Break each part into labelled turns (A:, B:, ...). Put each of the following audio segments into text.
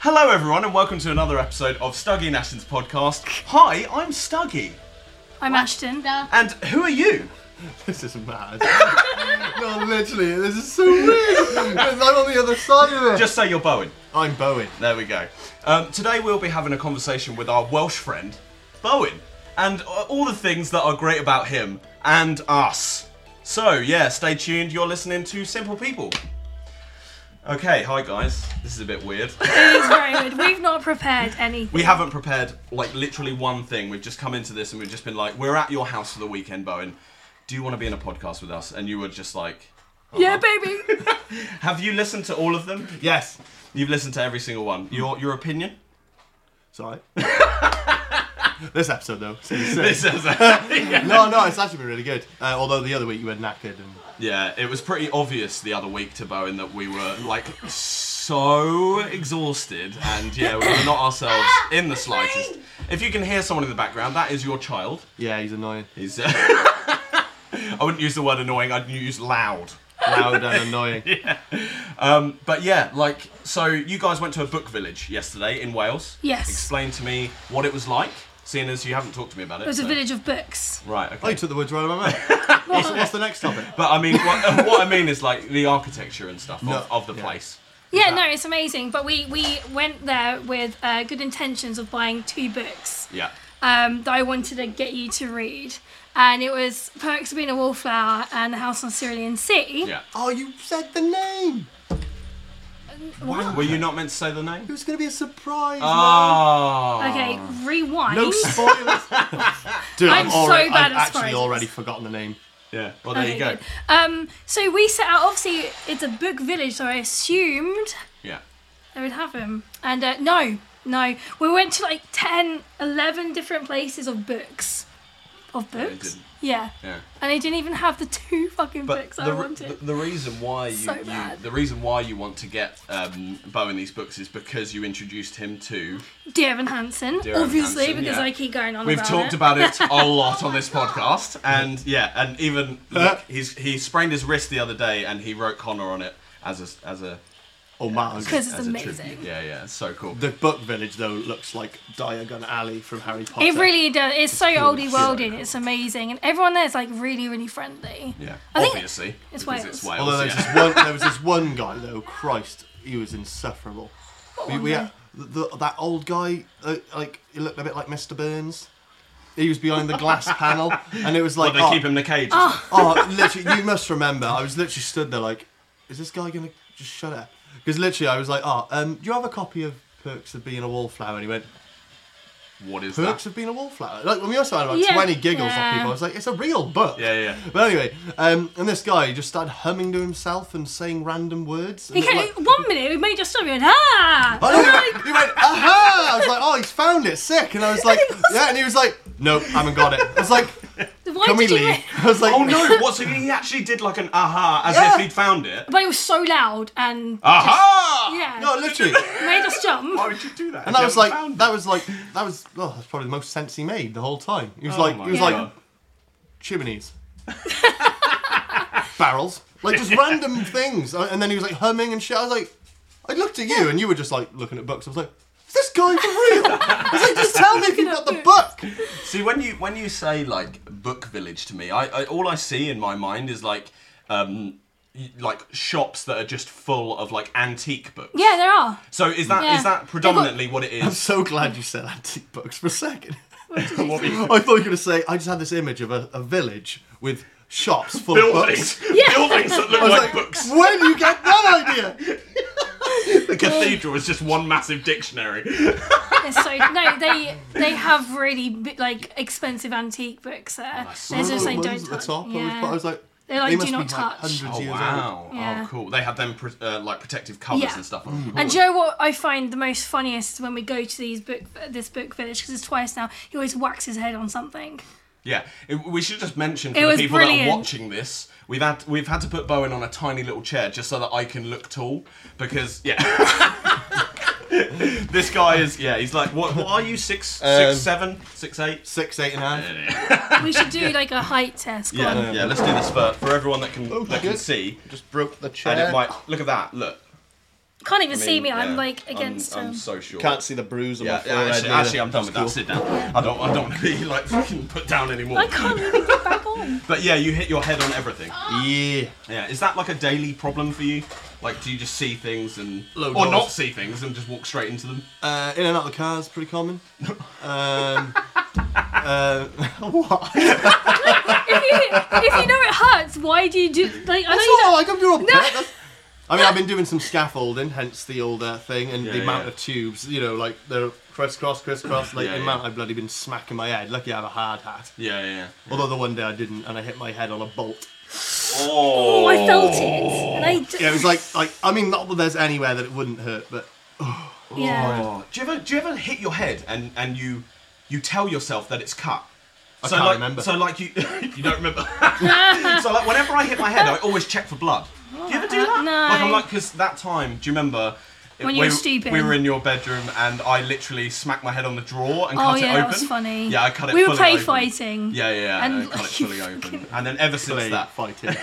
A: Hello, everyone, and welcome to another episode of Stuggy and Ashton's podcast. Hi, I'm Stuggy.
B: I'm Ashton.
A: And who are you?
C: This is mad. no, literally, this is so weird. 'Cause I'm on the other side of it.
A: Just say you're Bowen.
C: I'm Bowen.
A: There we go. Um, today, we'll be having a conversation with our Welsh friend, Bowen, and uh, all the things that are great about him and us. So, yeah, stay tuned. You're listening to Simple People. Okay, hi, guys. This is a bit weird.
B: It is very weird. We've not prepared any.
A: We haven't prepared like literally one thing. We've just come into this and we've just been like, we're at your house for the weekend, Bowen. Do you want to be in a podcast with us? And you were just like,
B: Yeah, baby.
A: have you listened to all of them?
C: Yes.
A: You've listened to every single one. Your your opinion?
C: Sorry. this episode, though. season six.
A: This is yeah.
C: No, no, it's actually been really good. Uh, although the other week you were knackered and
A: it was pretty obvious the other week to Bowen that we were like so exhausted and yeah, we were not ourselves in the slightest. If you can hear someone in the background, that is your child.
C: yeah, he's annoying,
A: He's uh, I wouldn't use the word annoying, I'd use loud.
C: loud and annoying.
A: Um, but yeah, like, so you guys went to a book village yesterday in Wales.
B: Yes.
A: Explain to me what it was like, seeing as you haven't talked to me about it.
B: It was a
A: so-
B: village of books.
A: Right,
C: Oh,
A: okay.
C: you took the words right out of my mouth. what's, what's the next topic?
A: But I mean, what, what I mean is like the architecture and stuff
C: No,
A: of, of the
C: yeah.
A: place.
B: Yeah, no, it's amazing. But we we went there with uh, good intentions of buying two books
A: Yeah.
B: um, that I wanted to get you to read, and it was Perks of Being a Wallflower and The House on Cerulean Sea.
A: Yeah.
C: Oh, you said the name.
A: Were you not meant to say the name?
C: It was going to be a surprise. man.
A: Oh.
B: Okay, rewind.
C: No spoilers. Dude,
B: I'm so
C: already,
B: bad at
C: I've actually
B: surprises.
C: already forgotten the name.
A: Yeah. Well, there
B: Okay,
A: you go.
B: good. Um, so we set out. Obviously, it's a book village, so I assumed
A: Yeah.
B: they would have him. And uh, no, no. We went to like 10, 11 different places of books. Of
A: they
B: books?
A: didn't.
B: Yeah.
A: Yeah.
B: And they didn't even have the two fucking
A: But
B: books
A: the,
B: I
A: re-
B: wanted.
A: the, the reason why you,
B: So
A: you
B: bad.
A: the reason why you want to get um, Bowen these books is because you introduced him to
B: Dear Evan Hansen,
A: Dear Evan
B: obviously,
A: Hansen,
B: because
A: yeah.
B: I keep going on
A: We've
B: about
A: talked
B: it.
A: about it a lot on this podcast, and yeah, and even look, he's he sprained his wrist the other day, and he wrote Connor on it as a as a
C: Oh, Matt.
B: 'Cause it's
A: as a
B: amazing.
A: tribute. Yeah, yeah, it's so cool.
C: The book village though looks like Diagon Alley from Harry Potter.
B: It really does. It's so oldie worldy.
A: cool.
B: It's amazing, and everyone there is like really, really friendly.
A: yeah,
B: I think
A: obviously,
B: it's
A: because
B: Wales.
A: It's Wales.
C: Although there was,
A: yeah.
C: this one, there was this one guy though, Christ, he was insufferable. We,
B: one
C: we
B: guy?
C: had, the, that old guy, uh, like he looked a bit like Mr. Burns. He was behind the glass panel, and it was
A: Well,
C: like,
A: they
C: oh,
A: keep him in a cage.
C: oh, literally, you must remember. I was literally stood there like, is this guy gonna just shut up? Because literally, I was like, oh, um, do you have a copy of Perks of Being a Wallflower? And he went,
A: What is
C: Perks
A: that?
C: of Being a Wallflower. Like when we also had about
B: Yeah.
C: twenty giggles
B: Yeah.
C: off people. I was like, it's a real book.
A: Yeah, yeah.
C: But anyway, um, and this guy just started humming to himself and saying random words. And
B: He
C: it
B: came,
C: like-
B: one minute we made just stop and ah.
C: I know, he went, aha! I was like, oh, he's found it, sick. And I was like, yeah, and he was like, nope, I haven't got it. I was like,
B: Why
C: can we
B: did you
C: leave?
B: make-
C: I was like,
A: Oh no! What? So he actually did like an aha, as
C: Yeah.
A: if he'd found it.
B: But it was so loud and
A: Ah. Aha!
B: yeah,
C: No, literally.
B: made us jump.
A: Why would you do that? if
C: And that
A: you
C: was
A: haven't
C: like,
A: found
C: that was like, that was, oh, that's probably the most sense he made the whole time. He was
A: Oh
C: like,
A: my
C: he was
A: God.
C: like, chimneys, barrels, like just random things. Uh, And then he was like humming and shit. I was like, I looked at you and you were just like looking at books. I was like, is this guy for real? I was like, just tell me if you've got the book.
A: See, when you when you say like book village to me, I, I all I see in my mind is like um y- like shops that are just full of like antique books.
B: Yeah, there are.
A: So is that is
B: Yeah.
A: that predominantly what it
C: I'm
A: is?
C: so glad you said antique books for a second.
A: What we-
C: I thought you were going to say, I just had this image of a, a village with shops full
A: buildings,
C: of books.
A: buildings that look
C: I was
A: like,
C: like,
A: books.
C: Where do you get that idea?
A: The cathedral is just one massive dictionary.
B: It's so no, they they have really bi- like expensive antique books there. There's just like
C: Ones
B: don't
C: at the
B: touch.
C: top. I, was,
B: Yeah.
C: I was like,
B: They're like,
C: they
B: do
C: must
B: not
C: be
B: touch.
C: Like hundreds
A: Oh
C: years old.
A: wow!
B: Yeah.
A: Oh cool. They have them pr- uh, like protective covers
B: Yeah.
A: and stuff. on
B: And Joe, what I find the most funniest when we go to these book this book village because it's twice now. He always whacks his head on something.
A: Yeah, it, we should just mention for
B: It
A: the
B: was
A: people that are
B: brilliant.
A: watching this, we've had we've had to put Bowen on a tiny little chair just so that I can look tall because yeah. this guy is yeah he's like what, what are you six
C: Um,
A: six seven six eight
C: Six, eight and a half.
B: We should do like a height test. go on.
A: yeah yeah let's do this for for everyone that can
C: Oh,
A: that can
C: shit.
A: see
C: Just broke the chair.
A: and it might look at that look
B: Can't even see me.
A: yeah,
B: I'm like against um,
A: I'm,
B: him.
A: I'm so sure.
C: Can't see the bruise on my
A: yeah, yeah,
C: forehead.
A: actually,
C: either.
A: actually, I'm done with that.
C: Cool.
A: Sit down. I don't, I don't want to be like fucking put down anymore.
B: I can't even get back on.
A: But yeah, you hit your head on everything.
C: Yeah.
A: Yeah, is that like a daily problem for you? Like, do you just see things and
C: Low
A: or
C: doors.
A: not see things and just walk straight into them?
C: Uh, in and out of the car is pretty common. Um, uh, what?
B: If you, if you know it hurts, why do you do like? I know you
C: It's not
B: don't.
C: like I'm doing a bit. That's- I mean, I've been doing some scaffolding, hence the old uh, thing, and
A: Yeah,
C: the amount
A: yeah.
C: of tubes, you know, like they're crisscross, crisscross, like
A: Yeah,
C: the
A: yeah.
C: amount I've bloody been smacking my head. Lucky I have a hard hat.
A: Yeah, yeah.
C: Although the one day I didn't, and I hit my head on a bolt.
A: Oh,
B: Oh, I felt it, and I. d-
C: Yeah, it was like, like I mean, not that there's anywhere that it wouldn't hurt, but
B: yeah.
A: Oh. Do you ever do you ever hit your head and and you you tell yourself that it's cut? I
C: can't
A: like,
C: remember.
A: So like you you don't remember. so like whenever I hit my head, I always check for blood. Do you ever do that?
B: No.
A: Like I'm like because that time, do you remember?
B: When you
A: we,
B: were stupid.
A: we were in your bedroom and I literally smacked my head on the drawer and
B: Oh
A: cut it
B: yeah,
A: open.
B: that was funny.
A: Yeah, I cut it.
B: We
A: fully
B: were play
A: open.
B: fighting.
A: Yeah, yeah, yeah.
B: And
A: And cut it
B: you
A: fully open. And then ever since
C: play
A: that,
C: fighting.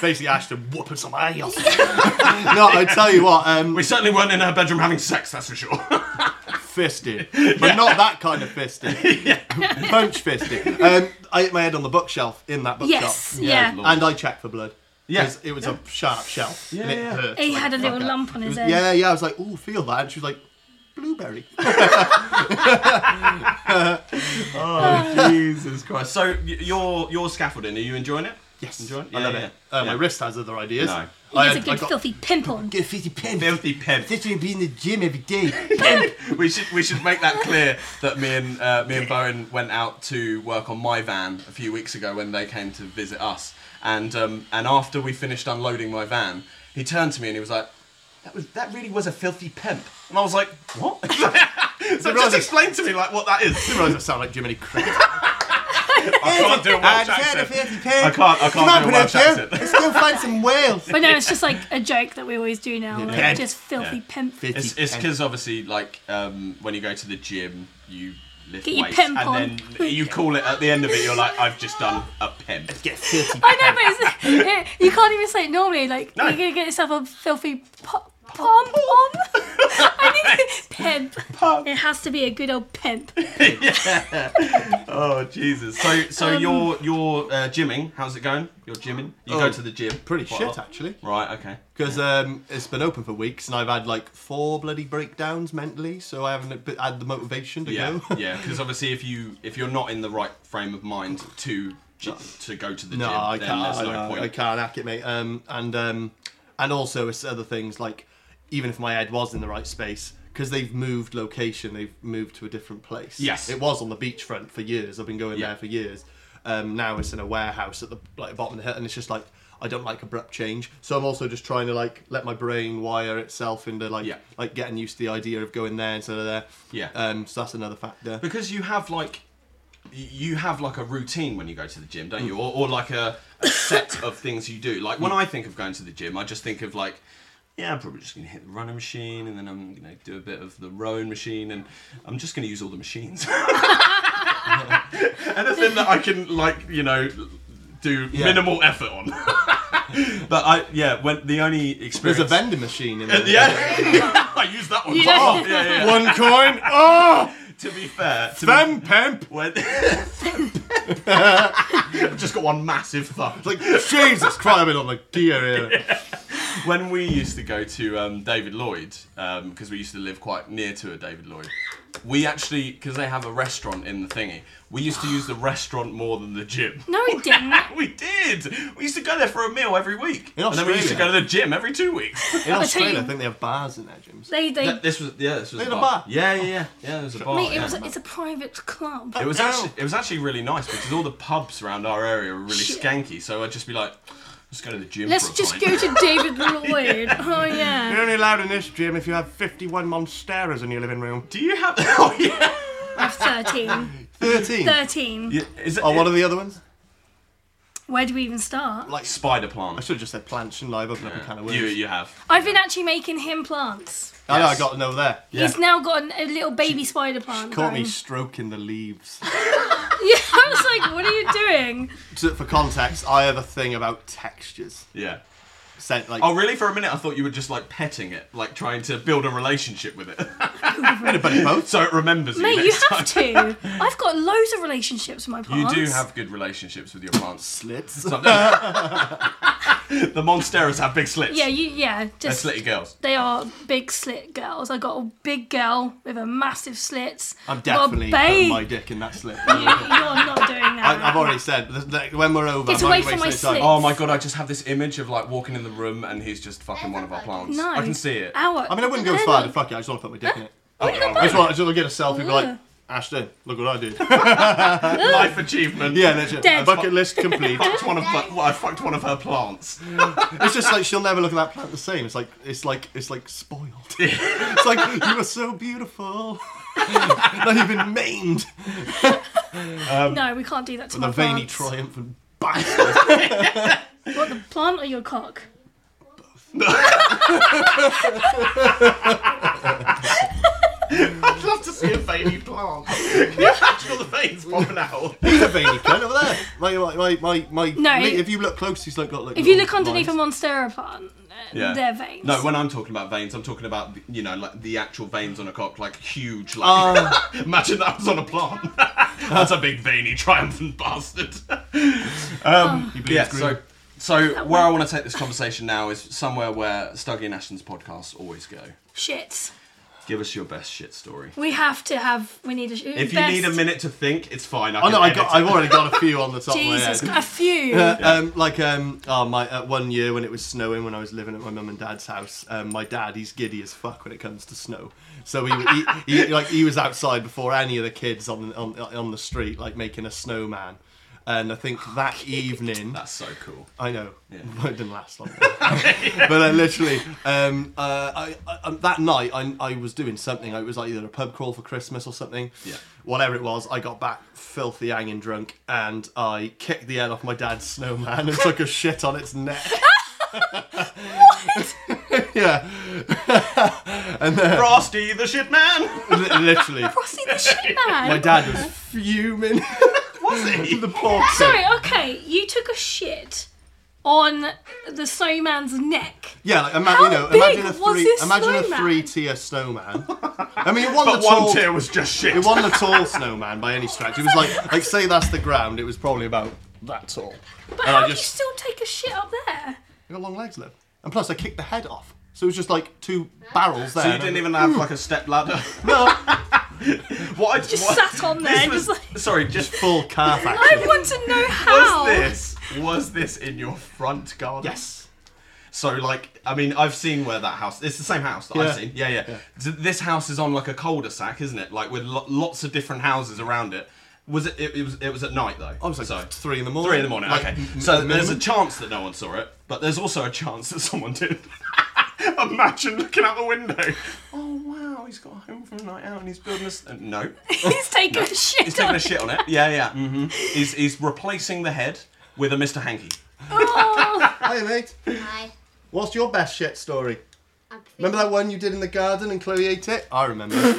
C: Basically, Ashton whooping some ass. no, I tell you what, um,
A: we certainly weren't in her bedroom having sex. That's for sure.
C: fisted, but not that kind of fisted. Punch fisted. Um, I hit my head on the bookshelf in that bookshelf.
B: Yes.
A: Yeah,
B: Yeah.
A: Lord.
C: And I checked for blood.
A: Yeah.
C: 'Cause It was a sharp shelf.
A: Yeah,
C: and it
A: yeah.
C: hurt.
B: He
C: like
B: had a
C: fuck
B: little
C: it.
B: lump on
C: It
B: his
C: was-
B: head.
C: yeah, yeah. I was like, oh, feel that. And she was like, blueberry.
A: Oh Jesus Christ! So y- your your scaffolding, are you enjoying it?
C: yes.
A: Enjoying?
C: I
A: Yeah,
C: love
A: yeah,
C: it. Uh,
A: yeah. Oh,
C: My wrist has other ideas.
A: No.
B: He
C: I
B: has a
C: had- I
B: good
C: got-
B: filthy pimp on.
C: Get 50 pence.
A: Filthy pimp.
C: Literally be in the gym every day.
A: We should we should make that clear that me and uh, me and Bowen went out to work on my van a few weeks ago when they came to visit us, and um, and after we finished unloading my van, he turned to me and he was like, "That was that really was a filthy pimp," and I was like, "What?" so just
C: Right.
A: explain to me like what that is.
C: I realise I sound like Jiminy Cricket.
A: I can't do a Welsh accent. I can't. I can't do a Welsh accent.
C: Let's go find some whales.
B: But no, it's just like a joke that we always do now. Like,
C: Yeah.
B: Just filthy
A: Yeah.
B: pimp.
A: It's it's because obviously like um, when you go to the gym you lift
B: Get your
A: weights
B: pimp
A: and then
B: on.
A: you call it at the end of it you're like I've just done a pimp.
C: Get 50
B: I know, but it's, it, you can't even say it normally. Like
A: No.
B: you're gonna get yourself a filthy pom pom. I need to- pimp. It has to be a good old pimp.
A: Oh Jesus! So so
C: Um,
A: you're you're uh, gymming. How's it going? You're gymming. You go
C: Oh,
A: to the gym.
C: Pretty
A: quite a
C: shit,
A: lot?
C: actually.
A: Right. Okay.
C: Because um, it's been open for weeks and I've had like four bloody breakdowns mentally, so I haven't b- had the motivation to
A: Yeah.
C: go.
A: yeah. Because obviously if you if you're not in the right frame of mind to gy- to go to the
C: no,
A: gym,
C: I
A: then
C: can't.
A: there's
C: I,
A: no
C: know,
A: point.
C: I can't hack it, mate. Um, and um, and also it's other things like even if my head was in the right space. Because they've moved location, they've moved to a different place.
A: Yes.
C: it was on the beachfront for years. I've been going
A: Yeah.
C: there for years. Um, now it's in a warehouse at the like, bottom of the hill, and it's just like I don't like abrupt change. So I'm also just trying to like let my brain wire itself into like
A: Yeah.
C: like getting used to the idea of going there instead of there.
A: Yeah.
C: Um, so that's another factor.
A: because you have like y- you have like a routine when you go to the gym
C: Mm.
A: don't you or, or like a, a set of things you do like when i think of going to the gym i just think of like yeah i'm probably just gonna hit the running machine and then i'm gonna do a bit of the rowing machine and i'm just gonna use all the machines anything that i can like you know do
C: Yeah.
A: minimal effort on but i yeah when the only experience
C: There's a vending machine in
A: yeah
C: there.
A: i used that one
B: Yeah.
A: Oh, yeah, yeah, yeah.
C: One coin. Oh,
A: to be fair to be
C: fem pimp.
A: When just got one massive thumb.
C: Like Jesus Christ, I've been on the gear here.
A: When we used to go to um, David Lloyd, because we used to live quite near to a David Lloyd, we actually because they have a restaurant in the thingy. We used to use the restaurant more than the gym.
B: No, it didn't.
A: we did. We used to go there for a meal every week,
C: In
A: and then we used to go
C: Australia.
A: to the gym every two weeks.
C: In Australia,
B: you-
C: I think they have bars in their gyms.
B: They they.
A: Yeah, this was yeah, this was
C: They
A: a
C: had a
A: bar.
C: bar.
A: Yeah, yeah, yeah, yeah. There was a bar.
C: oh,
B: Mate, it
A: yeah.
B: was, it's a private club.
A: It was actually it was actually really nice because all the pubs around our area were really
B: Shit.
A: skanky. So I'd just be like, let's go to the gym.
B: Let's
A: for a
B: just
A: pint."
B: go to David Lloyd. Oh yeah.
C: only allowed in this gym if you have 51 monsteras in your living room.
A: Do you have? Oh yeah.
B: I have 13.
C: 13.
B: 13.
A: yeah is it?
C: Oh, what are the other ones?
B: Where do we even start?
A: like spider plant.
C: I should have just said plants, shouldn't I? I've opened up a can of worms.
A: You you have.
B: I've been actually making him plants.
C: I know,
A: Yes.
C: I got an over there.
B: He's now got an- a little baby spider plant.
C: Caught me
B: going.
C: stroking the leaves.
B: Yeah, I was like, what are you doing?
C: So, For context, I have a thing about textures.
A: Yeah.
C: sent like
A: Oh, really? For a minute, I thought you were just like petting it, like trying to build a relationship with it,
C: buddy boats.
A: so it remembers you.
B: Mate, you
A: next
B: have
A: time.
B: to. I've got loads of relationships with my
A: You
B: plants.
A: do have good relationships with your plants.
C: Slits.
A: Some- the monsteras have big slits.
B: Yeah, you. Yeah,
A: They're
B: just
A: slitty girls.
B: they are big slit girls. I got a big girl with a massive slits.
C: I'm
B: I've got a
C: definitely
B: babe.
C: putting my dick in that slit.
B: You-
C: I,
B: You're not doing that.
C: I've already said but like, when we're over.
B: Get
C: I'm
B: away
C: not gonna
B: from
C: waste
B: my
C: any
B: slit.
C: time.
A: Oh my god, I just have this image of like walking in the room and he's just fucking one of our plants.
B: No,
A: I can see it.
B: Our,
C: I mean, I wouldn't go as far to fuck it. I just want to put my dick in it.
A: Oh, yeah,
C: I just want, I just want to get a selfie. Be
B: Ugh.
C: like, Ashton, look what I did.
A: life achievement.
C: yeah, legit.
B: Dead.
C: Bucket list complete.
A: Fucked one of her, well, I fucked one of her plants.
C: it's just like she'll never look at that plant the same. It's like it's like it's like spoiled. it's like you are so beautiful. now you've been maimed.
B: No, we can't do that to
C: The
B: my
C: veiny
B: plants.
C: triumphant bastard.
B: What the plant or your cock?
A: I'd love to see a veiny plant. Can you imagine all the veins popping out?
C: He's a veiny cunt over there. My my my my. my
B: No,
C: me-
B: it-
C: if you look close, he's like got like.
B: If you
C: little
B: look underneath
C: lines.
B: a monstera plant, uh, they're veins.
A: No, when I'm talking about veins, I'm talking about you know like the actual veins on a cock, like huge. Like
C: Ah.
A: imagine that was on a plant. That's a big veiny triumphant bastard.
C: He bleeds
A: yeah.
C: green.
A: So, so where I want to take this conversation now is somewhere where Stuggy and Ashton's podcasts always go.
B: Shit.
A: Give us your best shit story.
B: We have to have. We need a.
A: If you
B: best-
A: need a minute to think, it's fine. I
C: Oh
A: can
C: no, I
A: edit
C: got,
A: it.
C: I've already got a few on the top
B: Jesus,
C: of my
B: a
C: head.
B: few.
C: Uh, um, like um, oh my, uh, one year when it was snowing when I was living at my mum and dad's house, um, my dad he's giddy as fuck when it comes to snow. So he, he, he like he was outside before any of the kids on on on the street like making a snowman, and I think that evening
A: That's so cool.
C: I know. it didn't last long. but I literally, um, uh, I, I, um, that night, I, I was doing something. It was like either a pub crawl for Christmas or something.
A: Yeah.
C: Whatever it was, I got back filthy, hanging drunk, and I kicked the head off my dad's snowman and took a shit on its neck. what? yeah. and then,
A: Frosty the shit man.
C: li- literally,
B: Frosty the shit man.
C: my dad was fuming.
A: Was he?
C: the poor kid.
B: Sorry, okay, you took a shit on the snowman's neck.
C: Yeah, like ima-
B: How
C: you know,
B: big
C: imagine a
B: was
C: three,
B: this
C: imagine a
B: snowman?
C: three-tier snowman. I mean, it wasn't
A: But
C: a tall,
A: one tier was just shit.
C: it wasn't a tall snowman by any stretch. It was like, like say that's the ground. It was probably about that tall.
B: But
C: And
B: how
C: I
B: do you
C: just-
B: still take a shit up there?
C: I got long legs though, and plus I kicked the head off, so it was just like two barrels there.
A: So you didn't even have like a step ladder.
C: no
A: What? I-
B: Just
A: what-
B: sat on there
A: this
B: and
A: was-
B: just like-
A: Sorry, just
C: full calf
B: I
C: action.
B: want to know how.
A: was this was this in your front garden?
C: Yes.
A: So like, I mean, I've seen where that house. It's the same house that
C: Yeah.
A: I've seen. Yeah, yeah. So This house is on like a cul-de-sac, isn't it? Like with lo- lots of different houses around it. Was it? It, it was. It was at night though.
C: I was like
A: so,
C: three in the morning.
A: three in the morning.
C: Like,
A: okay.
C: m-
A: So
C: m-
A: there's a
C: minimum.
A: chance that no one saw it, but there's also a chance that someone did. Imagine looking out the window. Oh wow, he's got home from a night out and he's building this. Uh, no.
B: He's taking a shit
A: He's
B: on
A: taking a shit on it. Yeah, yeah. hmm He's, he's replacing the head with a Mr. Hanky.
B: Oh,
C: Hiya, mate.
D: Hi.
C: What's your best shit story?
D: I'm
C: Remember that one you did in the garden and Chloe ate it? I remember. it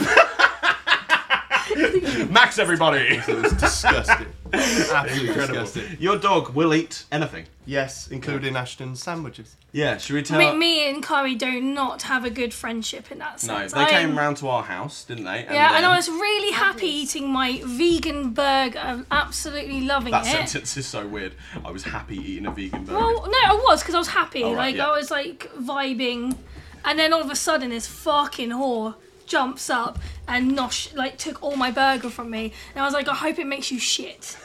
A: Max, everybody!
C: was disgusting. Absolutely disgusting.
A: Your dog will eat anything.
C: Yes, including Ashton's sandwiches.
A: Yeah, should we tell
B: me, me and Kari do not have a good friendship in that
A: No,
B: sense.
A: they
B: I
A: came
B: am-
A: round to our house, didn't they? And um,
B: Yeah, and I
A: then-
B: was really happy eating my vegan burger. I'm absolutely loving
A: That
B: it.
A: sentence is so weird. I was happy eating a vegan burger.
B: Well, no, I was because I was happy.
A: All right,
B: like
A: yeah.
B: I was like vibing, and then all of a sudden, this fucking whore jumps up and nosh like took all my burger from me, and I was like, I hope it makes you shit.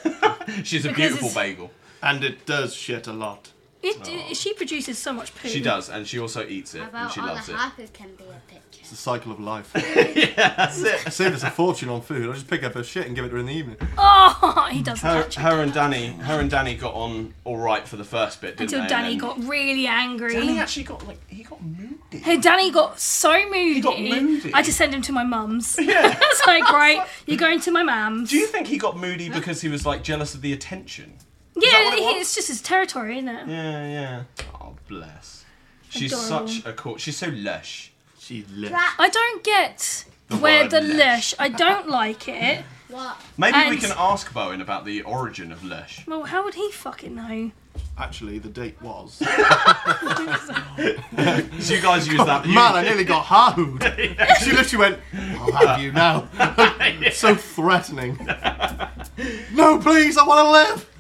A: She's a
B: because
A: beautiful
B: it's-
A: bagel.
C: And it does shit a lot.
B: It, it- she produces so much poo.
A: Oh. She does, and she also eats it, and
D: About
A: she
D: all
A: loves
D: the
A: it.
D: hyper can be a picture.
C: It's the cycle of life.
A: That's it.
C: Save us a fortune on food. I'll just pick up her shit and give it to her in the evening.
B: Oh, he doesn't
A: Her,
B: actually.
A: her and Danny, her and Danny got on all right for the first bit, didn't
B: until
A: they?
B: Danny
A: And then-
B: got really angry.
A: Danny actually got like he got moody.
B: Hey, Danny got so moody.
A: got moody.
B: I just sent him to my mum's.
A: Yeah.
B: It's like, right, you're going to my mum's.
A: Do you think he got moody because he was like jealous of the attention?
B: yeah,
A: what it
B: he-
A: was?
B: it's just his territory, isn't it?
A: Yeah, yeah. Oh, bless. She's
B: Adorable.
A: such a cool. She's so lush.
C: She lit.
D: Rat.
B: I don't get
A: The
B: where
A: word
B: the
A: lush.
B: lush. I don't like it.
D: What?
A: Maybe we
B: And-
A: can ask Bowen about the origin of lush.
B: Well, how would he fucking know?
C: Actually, the date was.
A: So you guys use that. you-
C: Man, I nearly got harrowed. She literally went, I'll have you now. so threatening. no, please, I want to live.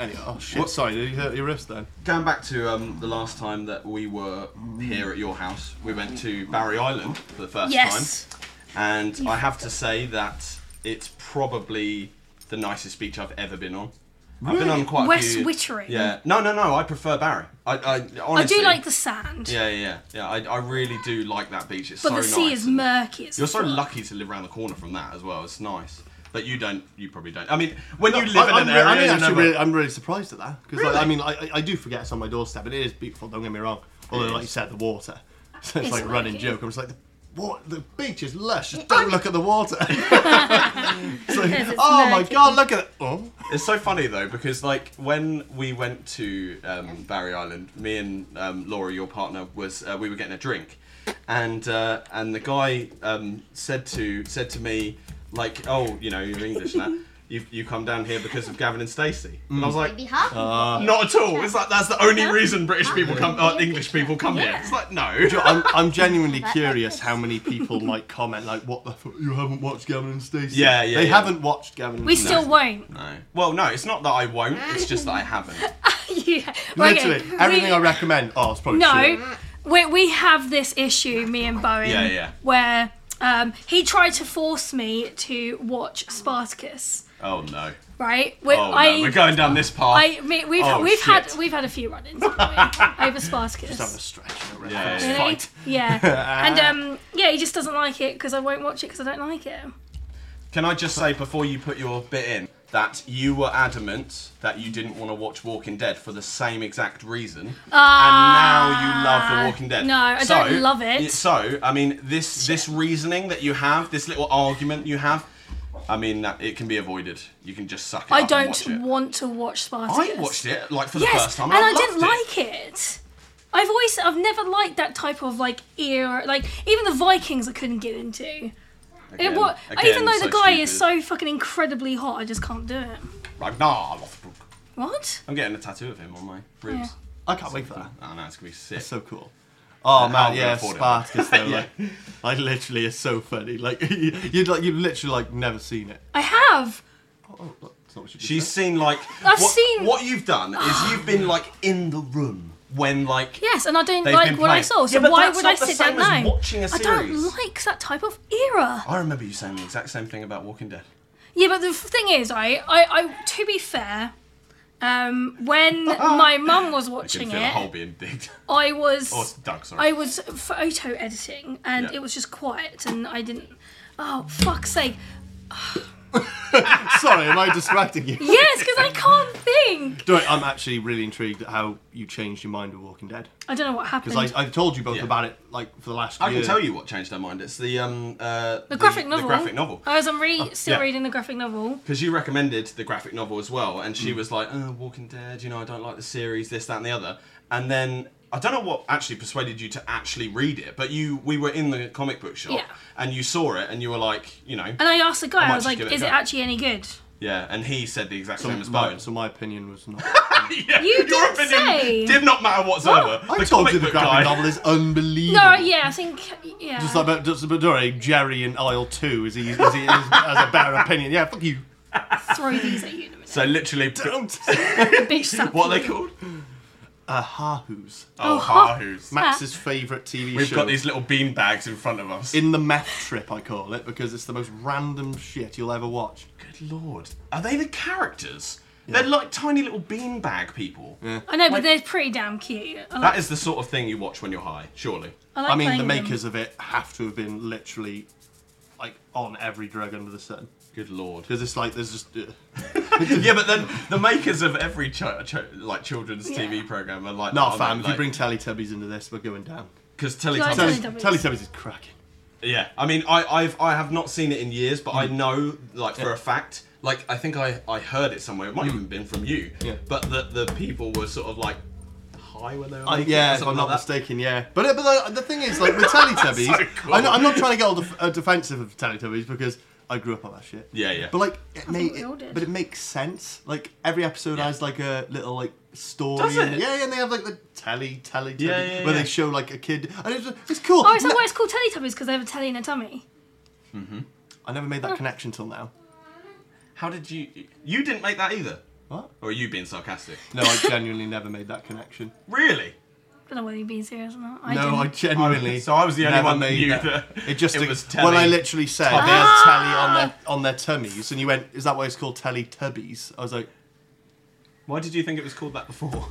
C: Anyway, oh shit, sorry, did you hurt your wrist then?
A: Going back to um, the last time that we were here at your house, we went to Barry Island for the first
B: Yes.
A: time, and I have to say that it's probably the nicest beach I've ever been on. I've been on quite
B: West
A: a few.
B: Witchery.
A: Yeah. No, no, no. I prefer Barry. I, I
B: I
A: honestly.
B: do like the sand,
A: Yeah, yeah, yeah. yeah I, I really do like that beach. It's
B: but
A: so
B: the sea
A: nice.
B: is murky. It's
A: You're so lucky to live around the corner from that as well. It's nice. But you don't. You probably don't. I mean, when you live in
C: I,
A: an
C: I'm,
A: area,
C: I mean,
A: you
C: actually,
A: never-
C: really, I'm really surprised at that because
A: Really?
C: I mean, I, I- I do forget it's on my doorstep, and it is beautiful. Don't get me wrong. Although, like you said, the water, so it's,
B: It's
C: like a running
B: like-
C: joke. I'm just like, the, water, the beach is lush. Just don't look at the water. It's like,
B: Because it's
C: oh my
B: murky.
C: god, look at it. Oh,
A: It's so funny though because like when we went to um, Barry Island, me and um, Laura, your partner, was uh, we were getting a drink, and uh, and the guy um, said to said to me like, oh, you know, you're English now. You you come down here because of Gavin and Stacey. And I
C: Mm.
A: was like, uh,
D: Maybe half.
A: not at all. It's like that's the only reason British people come, uh, English people come here. It's like no.
C: Do you know, I'm, I'm genuinely curious how many people might comment like, "What the? F- you haven't watched Gavin and Stacey?
A: Yeah, yeah,
C: They
A: yeah.
C: haven't watched Gavin. And
B: We
C: Stacey.
B: still won't.
A: No. Well, no, it's not that I won't. It's just that I haven't.
B: yeah. Right, okay.
C: Literally, everything
B: we,
C: I recommend. Oh, it's probably shit.
B: No, we, we have this issue, me and Bowen.
A: Yeah, yeah.
B: Where um, he tried to force me to watch Spartacus.
A: Oh no.
B: Right? Where
A: Oh no.
B: I,
A: We're going down this path.
B: I me- we've
A: Oh,
B: we've
A: shit.
B: had we've had a few run-ins haven't we, over Spartacus.
C: Just have a stretch. and a
A: Yeah,
C: reference
A: yeah,
B: You know?
C: fight.
B: Yeah, and um, yeah, he just doesn't like it because I won't watch it because I don't like it.
A: Can I just say before you put your bit in that you were adamant that you didn't want to watch Walking Dead for the same exact reason, and now you love The Walking Dead.
B: Ah. no, I
A: So-
B: don't love it.
A: y- So, I mean, this this reasoning that you have, this little argument you have, I mean, that it can be avoided. You can just suck it
B: I
A: up and watch
B: don't
A: it.
B: want to watch
A: I
B: Spartacus.
A: watched it like for the
B: Yes,
A: first time,
B: and I,
A: loved
B: didn't like it. I've always, I've never liked that type of like era. Like even the Vikings, I couldn't get into.
A: Again,
B: it what?
A: again,
B: even though the
A: so
B: guy is
A: stupid.
B: so fucking incredibly hot, I just can't do it.
A: Ragnar Lothbrok.
B: What?
A: I'm getting a tattoo of him on my ribs.
C: I can't wait for that.
A: I know it's gonna be sick.
C: It's so cool.
A: how
C: Oh man,
A: we
C: yeah,
A: afford it.
C: Spartacus though. Like, like literally, it's so funny. Like you'd like you've literally like never seen it.
B: I have.
C: Oh, that's not what you just
A: She's
C: said.
A: seen like
B: I've
A: what,
B: seen-
A: what you've done is you've been like in the room when like
B: Yes, and I don't
A: They've
B: like
A: been
B: what I
A: playing.
B: saw. So
A: Yeah, but
B: why
A: that's
B: would
A: not
B: I
A: the
B: sit
A: same
B: down now?
A: as watching a
B: I don't
A: series.
B: like that type of era.
A: I remember you saying the exact same thing about Walking Dead.
B: Yeah, but the f- thing is, I, I, I to be fair, um, when my mum was
A: I can
B: watching
A: feel the hole
B: it,
A: being digged.
B: I was.
A: Oh, it's Doug, sorry.
B: I was photo editing and
A: Yeah.
B: it was just quiet and I didn't. Oh, fuck's sake.
C: Sorry, am I distracting you?
B: Yes, because I can't think.
C: Do it. I'm actually really intrigued at how you changed your mind with Walking Dead
B: I don't know what happened.
C: because I I've told you both
A: Yeah.
C: about it like for the last.
A: I can
C: year.
A: tell you what changed her mind. It's the um uh,
B: the graphic novel.
A: The graphic novel. Oh,
B: I was on re- still
A: yeah.
B: reading the graphic novel.
A: Because you recommended the graphic novel as well, and
C: Mm.
A: she was like, oh, "Walking Dead," you know, I don't like the series, this, that, and the other. And then I don't know what actually persuaded you to actually read it, but you we were in the comic book shop,
B: Yeah.
A: and you saw it, and you were like, you know,
B: And I asked the guy,
A: might
B: I was
A: just
B: like,
A: give it a
B: is it
A: go.
B: actually any good?
A: yeah. And he said the exact same as
C: My,
A: Bowen.
C: so my opinion was not.
A: yeah,
B: You
A: your
B: didn't
A: opinion
B: say.
A: did not matter whatsoever.
C: I
A: the
C: told
A: comic
C: you the
A: book
C: graphic
A: guy.
C: novel is unbelievable.
B: No, yeah, I think. Yeah.
C: Just like but- just, but, sorry, Jerry in aisle two is he, is he is, has a better opinion? Yeah, fuck you.
B: throw these at you in a minute.
A: So literally,
C: Don't.
B: Bitch, slap
A: what are
B: you.
A: they called?
C: Uh, Hahoos.
A: Oh,
B: Oh,
A: Hahoos.
C: Max's favourite TV
A: We've
C: show.
A: got these little bean bags in front of us.
C: in the meth trip, I call it, because it's the most random shit you'll ever watch.
A: Good lord, are they the characters? They're like tiny little bean bag people.
B: I know, but they're pretty damn cute. I like,
A: That is the sort of thing you watch when you're high, surely.
B: I, like
C: I mean,
B: playing
C: the
B: them.
C: makers of it have to have been literally like on every drug under the sun,
A: Good lord.
C: because it's like there's just uh,
A: yeah, but then the makers of every ch- ch- like children's
B: Yeah.
A: TV program are like,
C: nah,
A: are
C: fam.
A: like,
C: if you bring Teletubbies into this, we're going down.
A: because
B: Like
A: Teletubbies
B: Telly-
C: Teletubbies,
B: Teletubbies.
C: is cracking.
A: Yeah, I mean, I, I've I have not seen it in years, but
C: Mm.
A: I know, like for a fact, like I think I, I heard it somewhere. It might even been from you.
C: Mm. Yeah.
A: But that the people were sort of like high when they were.
C: Uh,
A: making it or
C: yeah, if I'm
A: something
C: not
A: like that.
C: mistaken, yeah. But but the, the thing is, like with Teletubbies,
A: So cool.
C: I know, I'm not trying to get all def- uh, defensive of Teletubbies because I grew up on that shit.
A: Yeah, yeah.
C: But like, it, may,
B: we all
C: it
B: did.
C: but it makes sense. Like every episode
A: Yeah.
C: has like a little like story.
A: Does it?
C: And, yeah, yeah, and they have like the telly, telly, telly,
A: Yeah, yeah,
C: where
A: yeah.
C: they show like a kid. And it's, it's cool.
B: Oh, is that
C: No-
B: why it's called Teletubbies? Because they have a telly and a tummy.
C: I never made that connection till now.
A: How did you? You didn't make that either,
C: What?
A: or are you being sarcastic?
C: No, I genuinely never made that connection.
A: Really?
B: don't know whether you're being serious or not. I
C: no,
B: didn't.
C: I genuinely.
A: So I was the only
C: never
A: one that
C: made
A: knew that
C: It just
A: it was
C: when I
A: telly.
C: literally said
B: Ah!
C: they have telly on their on their tummies, and you went, "Is that why it's called telly tubbies?" I was like,
A: Why did you think it was called that before?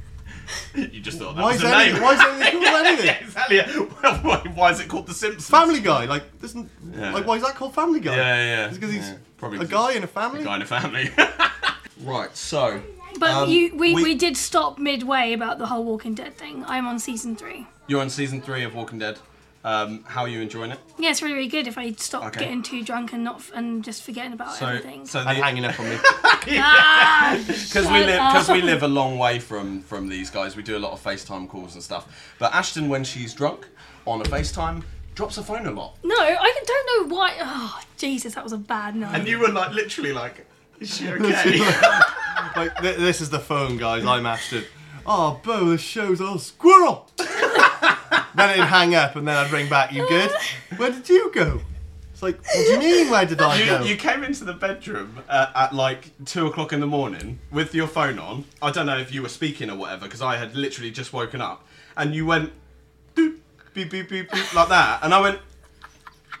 A: you just thought that
C: "Why
A: was
C: is
A: the
C: that?
A: name.
C: Why is that called anything?"
A: exactly. Well, why, why is it called The Simpsons?
C: Family Guy, like, isn't
A: Yeah.
C: like why is that called Family Guy?
A: Yeah, yeah, yeah.
C: It's because he's
A: Yeah, probably
C: a
A: 'cause
C: guy in a family.
A: it's a guy in a family. right. So
B: but
A: um,
B: you, we,
A: we-
B: we did stop midway about the whole Walking Dead thing. I'm on season three.
A: you're on season three of Walking Dead. Um, how are you enjoying it?
B: Yeah, it's really, really good if I stop
A: Okay.
B: getting too drunk and not f- and just forgetting about
A: So,
B: everything.
A: so
C: And
A: the-
C: hanging up on me.
B: ah,
A: because we
B: Shut
A: live because we
B: up.
A: live a long way from from these guys. We do a lot of FaceTime calls and stuff. But Ashton, when she's drunk on a FaceTime, drops her phone a lot.
B: no, I don't know why. Oh, Jesus, that was a bad night.
A: And you were like literally like, is she okay?
C: like, th- this is the phone, guys. I'm Ashton. Oh, Bo, the show's all squirrel. then it'd hang up, and then I'd ring back. You good? Where did you go? It's like, what do you mean? Where did I go?
A: you, you came into the bedroom uh, at like two o'clock in the morning with your phone on. I don't know if you were speaking or whatever because I had literally just woken up, and you went doop, beep beep beep beep like that, and I went.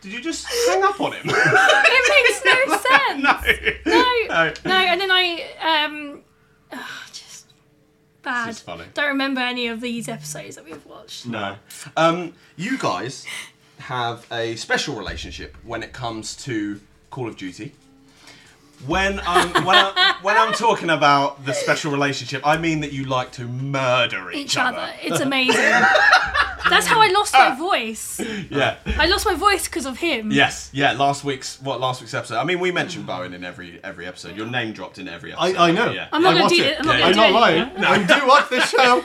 A: Did you just hang up on him?
B: it makes no sense.
A: no.
B: no, no, and then I um, ah, just bad.
A: is funny.
B: Don't remember any of these episodes that we've watched.
A: No. Um, you guys have a special relationship when it comes to Call of Duty. When I'm when, I, when I'm talking about the special relationship, I mean that you like to murder each,
B: Each other, it's amazing. That's how I lost my voice.
A: Yeah.
B: I lost my voice because of him.
A: Yes. Yeah. Last week's what? Last week's episode. I mean, we mentioned Bowen in every every episode. Your name dropped in every episode.
C: I, I know.
A: Yeah.
B: I'm not
C: I
B: gonna
C: watch
B: do
C: it.
B: it. I'm not
A: Yeah,
B: gonna
C: I'm not
B: do it.
C: lying. I do watch this show.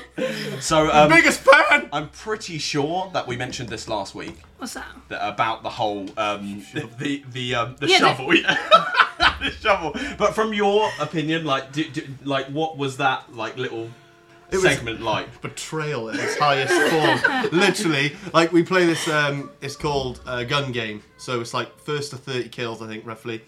A: So um,
C: Biggest fan.
A: I'm pretty sure that we mentioned this last week
B: What's that?
A: that about the whole um, the the um, the
B: Yeah, the-
A: shovel. yeah. the shovel. But from your opinion, like, do, do, like, what was that like little
C: was-
A: segment like?
C: Betrayal at its highest form. Literally, like we play this. Um, it's called uh, gun game. So it's like first to thirty kills, I think, roughly.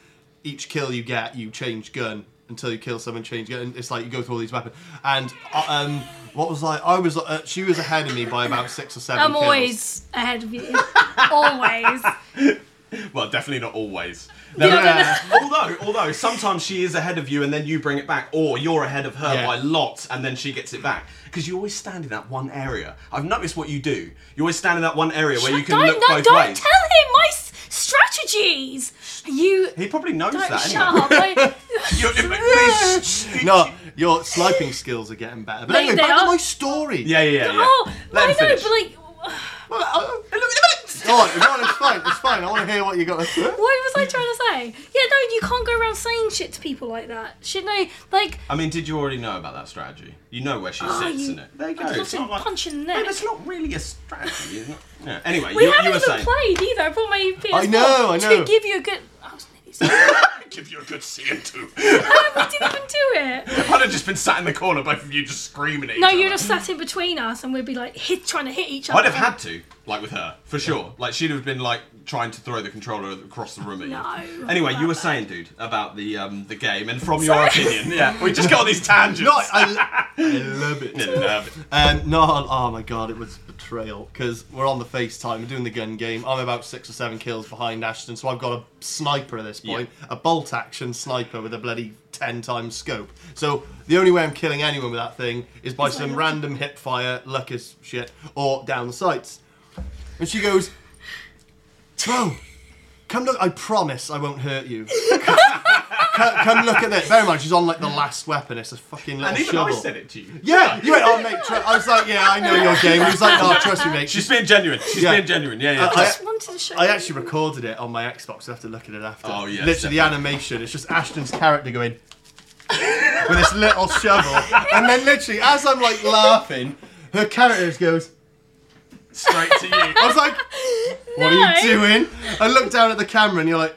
C: Each kill you get, you change gun until you kill someone, change gun. And it's like you go through all these weapons. And uh, um, what was like? I was. Uh, she was ahead of me by about six or seven.
B: I'm
C: kills.
B: always ahead of you. always.
A: Well, definitely not always.
B: no, no.
C: Yeah.
A: although, although sometimes she is ahead of you, and then you bring it back, or you're ahead of her
C: Yeah.
A: by lots, and then she gets it back. Because you always stand in that one area. I've noticed what you do. You always stand in that one area where you can
B: don't
A: look
B: no,
A: both
B: don't
A: ways.
B: tell him my s- strategies. You
A: he probably knows
B: don't
A: that.
B: shut
A: anyway.
B: up. I-
A: You're- you're-
C: No, your sniping skills are getting better. But
B: They-
C: anyway,
B: they
C: back to
B: are.
C: my story.
A: Yeah, yeah, yeah. yeah.
B: Oh,
A: Let
B: I
A: him
B: know,
A: finish. uh,
B: but like,
C: Go on, go on, it's fine, it's fine. I want to hear what you got to say.
B: what was I trying to say? Yeah, no, you can't go around saying shit to people like that. Shit, no, like,
A: I mean, did you already know about that strategy? You know where she sits
B: Oh, you-
A: in it. There you
B: I'd
A: go.
B: love to punch in the
A: No,
B: neck.
A: but it's not really a strategy, isn't it? Yeah. Anyway,
B: we
A: you,
B: haven't
A: you were
B: even
A: saying.
B: played either. I brought my PS4
C: I know, I know.
B: to give you a good. I was nearly saying-
A: Give you a good seeing too.
B: we didn't even do it.
A: I'd have just been sat in the corner, both of you just screaming at each
B: No,
A: other.
B: you just sat in between us, and we'd be like hit, trying to hit each other.
A: I'd have had to, like with her, for sure. Like she'd have been like trying to throw the controller across the room at you.
B: No.
A: Anyway, you were saying, dude, about the um the game, and from your opinion, yeah, we just got on these tangents.
C: No, I, I love it. Um, no, oh my god, it was betrayal because we're on the FaceTime, we're doing the gun game. I'm about six or seven kills behind Ashton, so I've got a sniper at this point, a bolt action sniper with a bloody ten times scope. So the only way I'm killing anyone with that thing is by some random hip fire, luck as shit, or down the sights. And she goes, Bro, come look. I promise I won't hurt you. come, come look at this. Bear in mind, she's on like the last weapon. It's a fucking little
A: and even
C: shovel.
A: I said it to you.
C: Yeah, you went, oh mate, tr-. I was like, yeah, I know your game. He was like, no, trust me, mate.
A: She's being genuine. She's
C: Yeah.
A: being genuine. Yeah, yeah.
B: I
C: I-
B: just wanted to show.
C: I
B: you.
C: actually recorded it on my Xbox. I have to look at it after.
A: Oh, yes,
C: Literally, the animation. It's just Ashton's character going with this little shovel, and then literally, as I'm like laughing, her character just goes.
A: Straight to you.
C: I was like, what
B: No.
C: are you doing? I looked down at the camera, and you're like,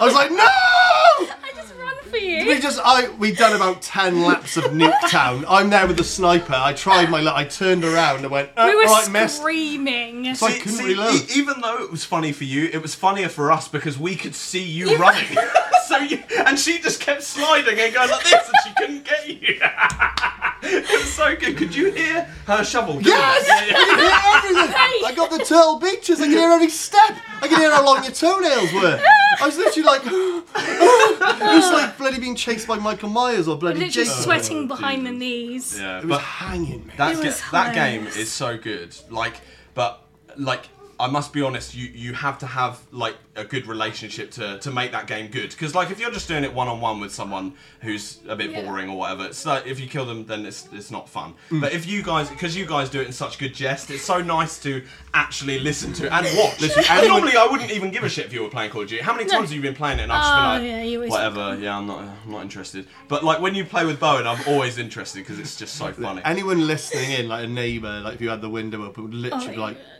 C: I was like, no.
B: I just run for you.
C: We just, I, we done about ten laps of Nuketown. I'm there with the sniper. I tried my, luck. I turned around and went, oh,
B: We were
C: right, miss.
B: screaming.
C: I couldn't reload.
A: e- even though it was funny for you, it was funnier for us because we could see you running. so you, and she just kept sliding and going like this, and she couldn't get you. it was so good. Could you hear her shovel? doing
C: Yes!
A: it? Yeah, yeah.
C: I can hear everything. I got the turtle beaches. I can hear every step. I can hear how long your toenails were. I was literally like, it was like bloody being chased by Michael Myers or bloody
B: Literally
C: Jason.
B: sweating behind the knees.
A: Yeah,
C: It was
A: but
C: hanging, man.
A: that
B: It
A: ga-
B: was
A: that game
B: hilarious.
A: is so good. Like, but like. I must be honest. You you have to have like a good relationship to, to make that game good. Because like if you're just doing it one on one with someone who's a bit
B: Yeah. Mm.
A: boring or whatever, it's like if you kill them, then it's it's not fun. But if you guys, because you guys do it in such good jest, it's so nice to actually listen to and watch.
C: Listen,
A: and
C: anyone-
A: normally I wouldn't even give a shit if you were playing Call of Duty. How many times have you been playing it? And I've just
B: Oh,
A: been like,
B: yeah, you always- "Hmm."
A: whatever. Yeah, I'm not I'm not interested. But like when you play with Bowen, I'm always interested because it's just so funny.
C: Anyone listening in, like a neighbour, like if you had the window open, would literally be
B: Oh,
C: like,
B: yeah.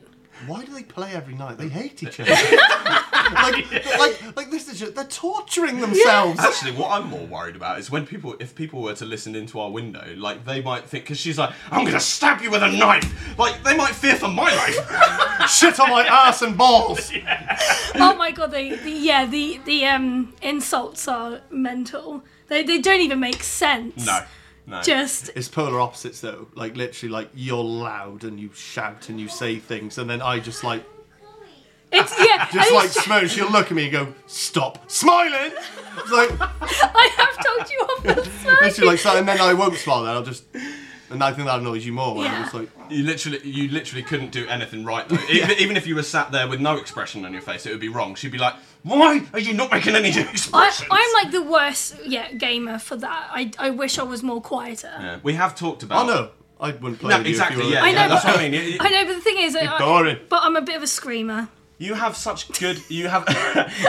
C: why do they play every night? They hate each other. like, like, like this is just, they're torturing themselves.
A: Actually, what I'm more worried about is when people, if people were to listen into our window, like they might think, because she's like, I'm gonna stab you with a knife. Like they might fear for my life.
C: Shit on my ass and balls.
B: Oh my god, the, the yeah, the the um insults are mental. They they don't even make sense.
A: no, no.
B: Just
C: It's polar opposites though. Like literally, like you're loud and you shout and you say things, and then I just like,
B: it's yeah.
C: just
B: and
C: like
B: it's ju-
C: smoke. She'll look at me and go, "Stop smiling." It's like
B: I have told you off the
C: literally like,
B: side.
C: so, and then I won't smile. Then I'll just, and I think that annoys you more. When I'm
B: Yeah.
C: just like,
A: You literally, you literally couldn't do anything right though. Even, even if you were sat there with no expression on your face, it would be wrong. She'd be like, Why are you not making any expressions?
B: I, I'm like the worst yeah gamer for that. I, I wish I was more quieter.
A: Yeah, we have talked about.
C: "Oh no, I wouldn't play
A: No,
C: with
A: exactly.
C: you." if you
A: Yeah,
C: were-
B: I
A: yeah,
B: know,
A: that's
B: but-
A: what I mean. You-
B: I know, but the thing is, I,
C: boring.
B: but I'm a bit of a screamer.
A: You have such good. You have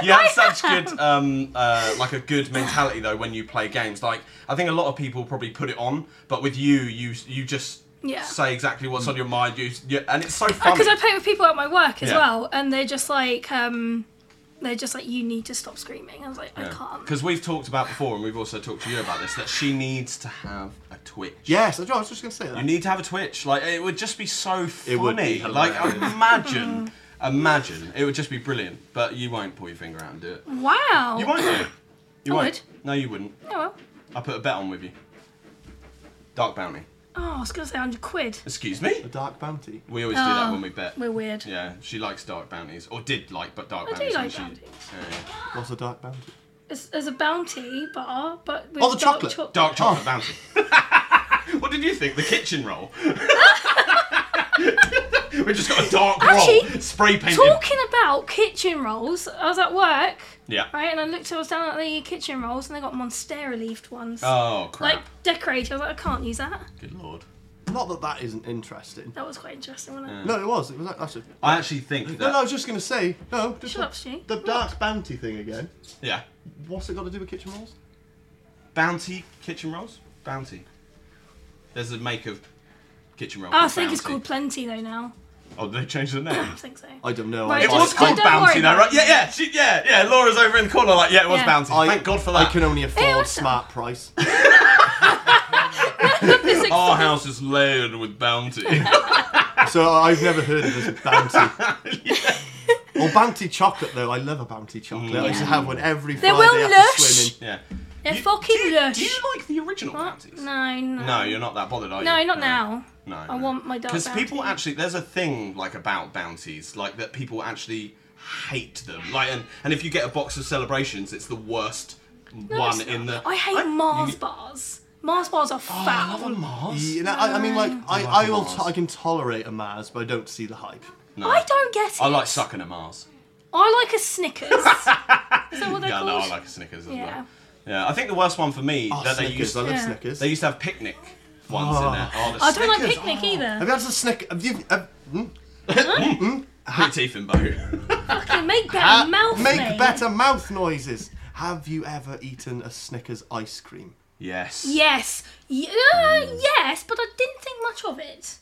A: you have such good um uh like a good mentality though when you play games. Like I think a lot of people probably put it on, but with you, you you just
B: Yeah.
A: say exactly what's on your mind. You, you and it's so funny.
B: Because I play with people at my work as
A: Yeah.
B: well, and they're just like, um, they're just like, you need to stop screaming. I was like, I can't.
A: Because we've talked about before, and we've also talked to you about this that she needs to have a twitch.
C: Yes, I I was just gonna say that.
A: You need to have a twitch. Like it would just be so funny.
C: It would be
A: like
C: hilarious.
A: imagine, imagine it would just be brilliant. But you won't pull your finger out and do it.
B: Wow.
A: You won't. do. You
B: I
A: won't.
B: would.
A: No, you wouldn't.
B: Oh, well.
A: I put a bet on with you. Dark bounty.
B: Oh, I was gonna say 100 quid.
A: Excuse me?
C: a dark bounty.
A: We always do that
B: Oh,
A: when we bet.
B: We're weird.
A: Yeah, she likes dark bounties. Or did like, but dark
B: I do
A: bounties.
B: like
A: and she-
B: bounties.
A: yeah, yeah.
C: What's a dark bounty?
B: It's, there's a bounty bar, but with
C: Oh, the
B: dark
C: chocolate.
B: chocolate.
A: Dark chocolate bounty. what did you think? The kitchen roll? we just got a dark roll.
B: Actually,
A: Spray painted.
B: Talking about kitchen rolls, I was at work,
A: Yeah.
B: right, and I looked. I was down at the kitchen rolls, and they got monstera leafed ones,
A: Oh, crap.
B: like decorated. I was like, I can't use that.
A: Good lord.
C: Not that that isn't interesting.
B: That was quite interesting. Wasn't it?
C: No, it was. It was like, that's a,
A: I actually think that.
C: no, no, I was just gonna say no. Just
B: Shut
C: the,
B: up, Stu.
C: The dark bounty thing again.
A: Yeah.
C: What's it got to do with kitchen rolls?
A: Bounty kitchen rolls? Bounty. There's a make of kitchen roll.
B: Oh, I
A: called
B: think it's
A: Bounty.
B: called Plenty though now.
A: Oh, they changed the name.
B: I think so.
C: I don't know.
B: Right,
C: I,
A: It
B: Just-
A: was called
B: don't worry
A: Bounty though,
B: about
A: right? Yeah, yeah, she, yeah, yeah. Laura's over in the corner, like, yeah, it was
B: Yeah.
A: Bounty.
C: I-
A: Thank God for
C: I
A: that.
C: can only afford
B: what's that?
C: smart price.
A: Our house is layered with Bounty.
C: So I've never heard of this bounty. Or bounty chocolate though. I love a bounty chocolate. I used to have one every Friday
B: will
C: after
B: lush.
C: swimming.
A: yeah.
B: They're
A: You-
B: fucking
A: do you,
B: lush.
A: Do you like the original
B: What?
A: Bounties?
B: No, no.
A: No, you're not that bothered, are you?
B: No, not now.
A: No.
B: I want my dark
A: Because people
B: bounty.
A: actually, there's a thing like about bounties, like that people actually hate them. Like, and, and if you get a box of celebrations, it's the worst
B: No,
A: one
B: it's
A: in the.
B: not. I hate
A: you
B: Mars
A: get-
B: bars. Mars bars are
A: Oh,
B: foul.
A: I love a Mars.
C: You know, I, I mean, like I, I
A: a
C: will,
A: Mars.
C: t- I can tolerate a Mars, but I don't see the hype.
A: No.
B: I don't get it.
A: I like sucking a Mars.
B: I like a Snickers. Is that what they're
A: Yeah,
B: called?
A: no, I like a Snickers as
B: Yeah.
A: well. Yeah, I think the worst one for me
C: Oh,
A: that they
C: Snickers!
A: used
C: I love
B: Yeah.
C: Snickers.
A: They used to have picnic ones in there. Oh, the
B: I don't like
A: Snickers.
B: picnic
C: have
B: either.
C: you had a Snick? Have you? Have, hmm?
A: Put teeth in bow.
B: Fucking make better
C: Ah,
B: mouth
C: make
B: thing.
C: better mouth noises. Have you ever eaten a Snickers ice cream?
A: yes.
B: Yes. Yeah,
A: Mm.
B: yes, but I didn't think much of it.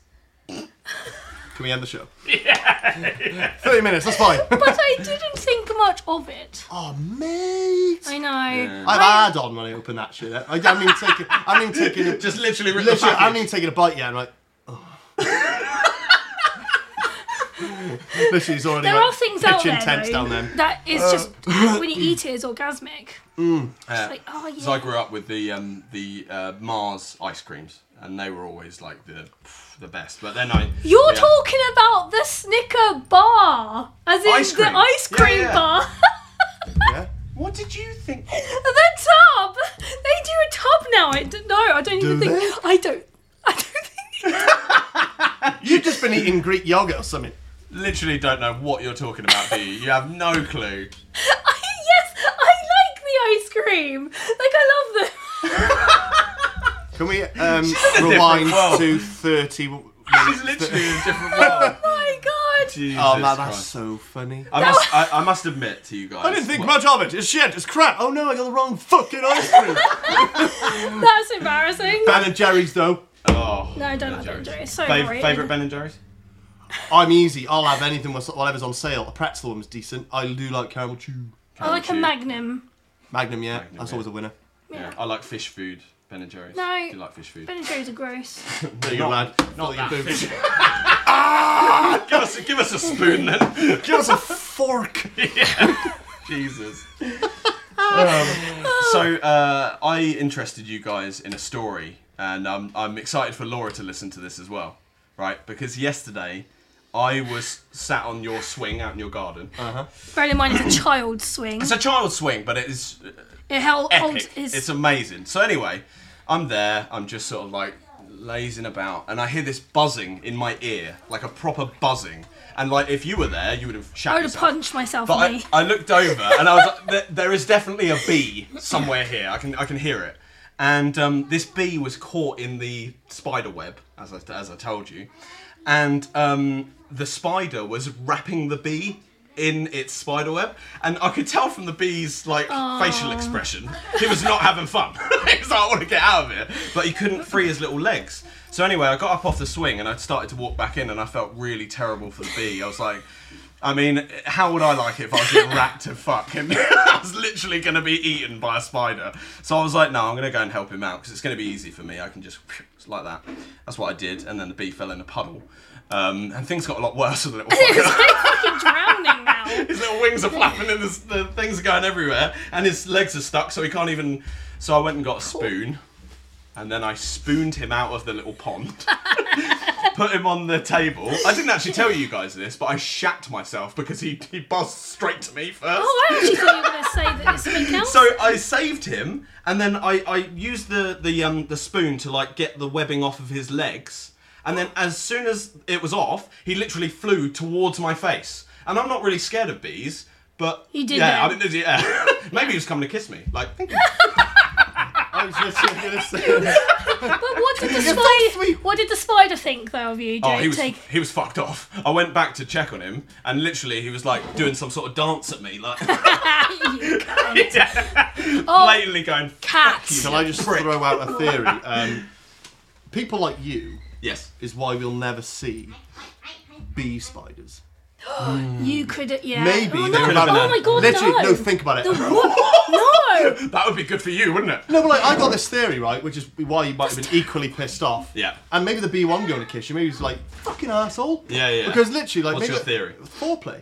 C: Can we end the show? Thirty minutes. That's fine.
B: But I didn't think much of it.
C: oh mate.
B: I know.
C: I've
B: Right.
C: had on when I open that shit. I haven't even taken. I haven't even taken. A,
A: Just literally ripped the
C: literally, I haven't
A: package.
C: even taken a bite yet. I'm like, oh. literally, he's already
B: There
C: like,
B: are things out
C: pitching
B: there
C: tents
B: though,
C: down there.
B: that is just when you eat it, it's orgasmic.
A: Yeah.
B: Like oh yeah.
A: So I grew up with the um, the uh, Mars ice creams, and they were always like the the best. But then I
B: You're
A: yeah.
B: talking about the Snicker bar, as in
A: Ice cream.
B: the ice
A: Yeah,
B: cream
A: yeah.
B: bar.
C: Yeah.
A: What did you think?
B: the tub. They do a tub now. I d- no, I don't even
C: Do
B: think.
C: they?
B: I don't. I don't think.
C: You've just been eating Greek yogurt or something.
A: Literally don't know what you're talking about, do you? You have no clue.
B: I, yes, I like the ice cream. Like I love them.
C: Can we um,
A: different
C: rewind
A: world.
C: to thirty? minutes?
A: It's literally in a different world.
B: Oh my god.
A: Jesus
C: Oh man, that's
A: Christ.
C: so funny.
A: I must, I, I must admit to you guys.
C: I didn't think
A: what-
C: much of it. It's shit. It's crap. Oh no, I got the wrong fucking ice cream.
B: That's embarrassing.
C: ben and Jerry's though.
A: Oh,
B: No, I don't like Ben and Jerry's. So
A: Fav-
B: overrated.
A: favorite Ben and Jerry's?
C: I'm easy. I'll have anything what's- whatever's on sale. A pretzel one's decent. I do like caramel chew.
B: I like a
A: Chew.
B: Magnum.
C: Magnum, yeah.
A: Magnum,
C: That's
A: yeah.
C: always a winner.
A: Yeah,
B: Yeah.
A: I like fish food. Ben and Jerry's.
B: No.
A: Do you like fish food?
B: Ben and Jerry's are gross.
C: There you go, lad.
A: Not-
C: Not
A: that
C: your boobs.
A: fish. give us, give us a spoon then.
C: Give us a fork.
A: Jesus. um, so uh, I interested you guys in a story, and um, I'm excited for Laura to listen to this as well, right? Because yesterday I was sat on your swing out in your garden.
B: Bear in mind, it's a child's swing.
A: It's a child's swing, but it is
B: Oh, It held, holds
A: epic.
B: his.
A: It's amazing. So anyway, I'm there. I'm just sort of like lazing about, and I hear this buzzing in my ear, like a proper buzzing. And like, if you were there, you would have shouted.
B: I would have punched myself
A: But
B: in the.
A: I, I looked over and I was like, there, there is definitely a bee somewhere here. I can I can hear it. And um, this bee was caught in the spider web, as I, as I told you. And um, the spider was wrapping the bee in its spider web. And I could tell from the bee's like facial expression, he was not having fun. he was like, I want to get out of here. But he couldn't free his little legs. So anyway, I got up off the swing and I started to walk back in and I felt really terrible for the bee. I was like, I mean, how would I like it if I was getting wrapped to fuck him? I was literally going to be eaten by a spider. So I was like, no, I'm going to go and help him out because it's going to be easy for me. I can just just like that. That's what I did. And then the bee fell in a puddle. Um, and things got a lot worse than it was.
B: fucking drowning now.
A: his little wings are flapping and this, the things are going everywhere. And his legs are stuck, so he can't even. So I went and got a spoon. And then I spooned him out of the little pond. put him on the table. I didn't actually tell you guys this, but I shat myself because he, he buzzed straight to me first.
B: Oh, I actually thought you were going to say that it's something else.
A: So I saved him, and then I, I used the the um the spoon to like get the webbing off of his legs, and then as soon as it was off, he literally flew towards my face. And I'm not really scared of bees, but
B: You did
A: Yeah, I
B: that.
A: mean, yeah. Maybe he was coming to kiss me. Like, thank you.
C: I was literally gonna say.
B: but what did the
C: fucked me.
B: spider? What did the spider think though of you, Jake?
A: Oh, he was
B: Take-
A: he was fucked off. I went back to check on him, and literally he was like doing some sort of dance at me, like
B: You cunt. Oh,
A: blatantly going.
B: cat.
C: Can I just
A: Prick.
C: throw out a theory? Um, people like you
A: Yes.
C: is why we'll never see bee spiders.
B: You could, yeah.
C: Maybe
B: Oh,
C: they're
B: no.
C: about
B: Oh my god,
C: literally,
B: no.
C: think about it.
B: What? No.
A: That would be good for you, wouldn't it?
C: No, but like I got this theory right, which is why you might have been equally pissed off.
A: Yeah.
C: And maybe the B one going to kiss you. Maybe he's like fucking asshole.
A: Yeah, yeah.
C: Because literally, like,
A: What's
C: maybe
A: your theory?
C: It was foreplay.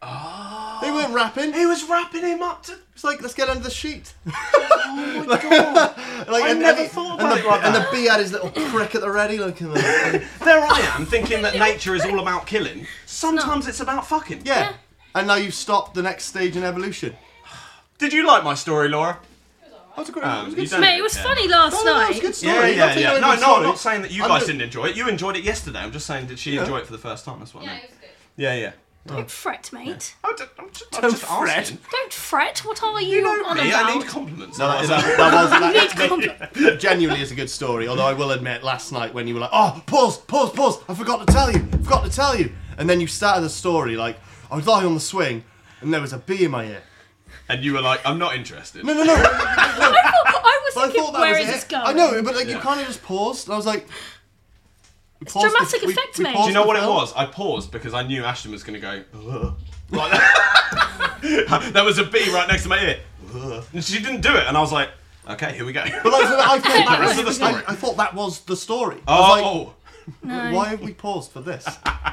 C: Oh. They weren't rapping. It was
A: wrapping him up to.
C: it's like let's get under the sheet.
A: Oh my god.
C: Like,
A: I
C: and,
A: never
C: and,
A: thought
C: and
A: about
C: the,
A: it like
C: And the
A: that.
C: B had his little prick at the ready, like. And the,
A: There I am thinking that nature is all about killing. Sometimes it's about fucking.
C: yeah. And now you've stopped the next stage in evolution.
A: Did you like my story, Laura?
C: That's a great.
A: Um,
C: it was
A: you
C: a good
A: don't-
C: story.
B: Mate, it was
A: Yeah.
B: funny last
C: No, no, no, it was
B: night.
C: a good story.
A: Yeah,
C: Don't
A: yeah,
C: take
A: yeah.
C: away
A: No,
C: from the
A: no, I'm
C: story.
A: not saying that you
C: I'm
A: guys
C: not-
A: didn't enjoy it. You enjoyed it yesterday. I'm just saying that she enjoyed it for the first time. That's what I mean. Yeah, yeah.
B: Don't fret, mate.
A: I'm just, I'm just, I'm
C: Don't
A: just
C: fret.
A: asking.
B: Don't fret. What are you, on
A: Me,
B: about?
A: I need compliments.
C: No, that, is, that, that was that, that genuinely is a good story. Although I will admit, last night when you were like, "Oh, pause, pause, pause," I forgot to tell you, forgot to tell you, and then you started the story like, "I was lying on the swing, and there was a bee in my ear."
A: and you were like, I'm not interested.
C: No, no, no. but
B: I was
C: I
B: thinking,
C: thought that
B: where
C: was
B: is
C: it.
B: this going?
C: I know, but like you
A: Yeah.
C: kind of just paused, and I was like, we paused
B: dramatic
C: we-
B: effect,
C: we
B: mate.
A: Do you know
C: paused
A: what
C: the
A: it
C: film.
A: was? I paused because I knew Ashton was going to go. "Ugh." Like that. there was a bee right next to my ear. "Ugh." And she didn't do it, and I was like, okay, here we go.
C: But like, so I, thought that
A: The
C: was
A: rest of the
C: I,
A: story.
C: I thought that was the story. I was like,
A: oh,
B: No.
C: Why have we paused for this?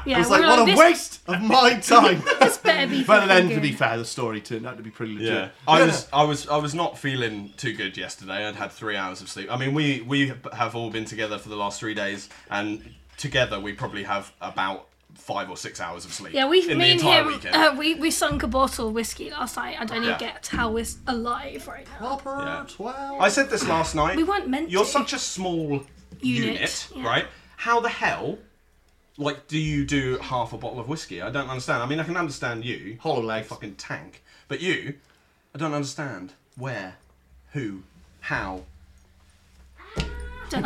B: Yeah,
C: I was
B: we
C: like,
B: were
C: what a
B: this
C: waste of my time.
B: This better be.
C: but then,
B: fucking
C: to be
B: good.
C: fair, the story turned out to be pretty legit.
A: yeah. I
C: Yeah,
A: was, I was, I was not feeling too good yesterday. I'd had three hours of sleep. I mean, we we have all been together for the last three days, and together we probably have about five or six hours of sleep.
B: Yeah, we,
A: in
B: me
A: the
B: and
A: entire
B: him,
A: weekend.
B: uh, we, we sunk a bottle of whiskey last night. I don't
A: Yeah.
B: even get how we're s- alive right now.
C: Proper
A: Yeah.
C: 12.
A: I said this last night.
B: We weren't meant
A: You're
B: to.
A: such a small unit,
B: Unit, yeah.
A: right? How the hell, like, do you do half a bottle of whiskey? I don't understand. I mean, I can understand you,
C: Hollow legs.
A: fucking tank, but you, I don't understand where, who, how.
B: Don't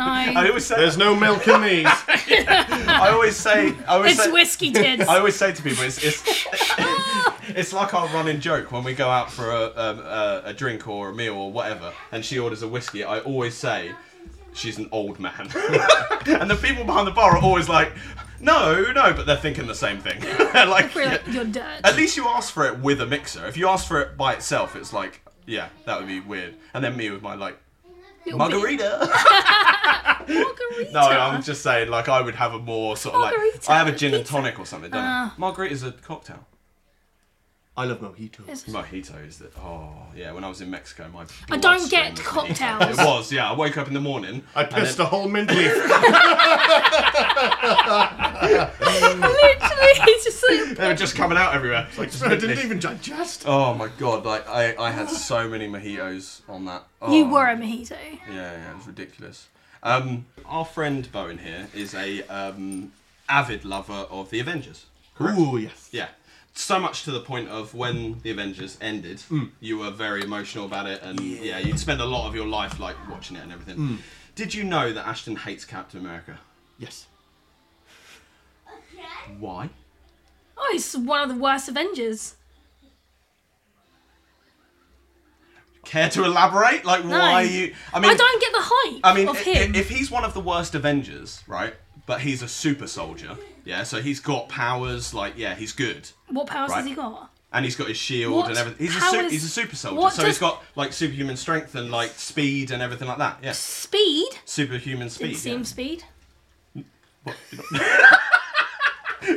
A: I
B: I?
A: always say,
C: There's no milk in these.
A: I always say, I always
B: It's
A: say,
B: whiskey tits.
A: I always say to people, it's it's, it's like our running joke when we go out for a, um, a a drink or a meal or whatever, and she orders a whiskey. I always say she's an old man, and the people behind the bar are always like, no, no, but they're thinking the same thing. like,
B: We're like, you're dead.
A: at least you ask for it with a mixer. If you ask for it by itself, it's like, yeah, that would be weird. And then me with my like
B: You'll be-
A: margarita.
B: Margarita.
A: No, I'm just saying, like, I would have a more sort of like,
B: Margarita.
A: I have a gin and tonic or something, don't I?
B: Ah.
A: Margarita's a cocktail.
C: I love mojitos.
B: It's-
A: Mojito is that? Oh yeah, when I was in Mexico, my
B: I
A: blood
B: don't
A: stream
B: get
A: was mojito.
B: cocktails.
A: It was yeah. I woke up in the morning.
C: I
A: and
C: pissed
A: then-
C: a whole mint leaf.
B: Literally, it's just like.
A: They were just coming out everywhere.
C: I didn't even digest.
A: Oh my god! Like I, I had so many mojitos on that. Oh,
B: You were a mojito.
A: Yeah, yeah, it was ridiculous. Um, our friend Bowen here is a um, avid lover of the Avengers.
C: Ooh, yes.
A: Yeah. So much to the point of when the Avengers ended, you were very emotional about it, and yeah. you'd spend a lot of your life like watching it and everything. Did you know that Ashton hates Captain America?
C: Yes.
A: Why?
B: Oh, he's one of the worst Avengers.
A: Care to elaborate? Like, why you? I mean,
B: I don't get the hype
A: I mean,
B: of
A: i-
B: him.
A: i- if he's one of the worst Avengers, right? But he's a super soldier. Yeah, so he's got powers. Like, yeah, he's good.
B: what powers
A: right.
B: has he got?
A: and he's got his shield
B: What
A: and everything. He's a,
B: powers-
A: su- he's a super soldier,
B: what
A: so
B: does-
A: he's got like superhuman strength and like speed and everything like that. Yeah,
B: Speed?
A: superhuman speed.
B: Didn't
A: yeah.
B: see him speed.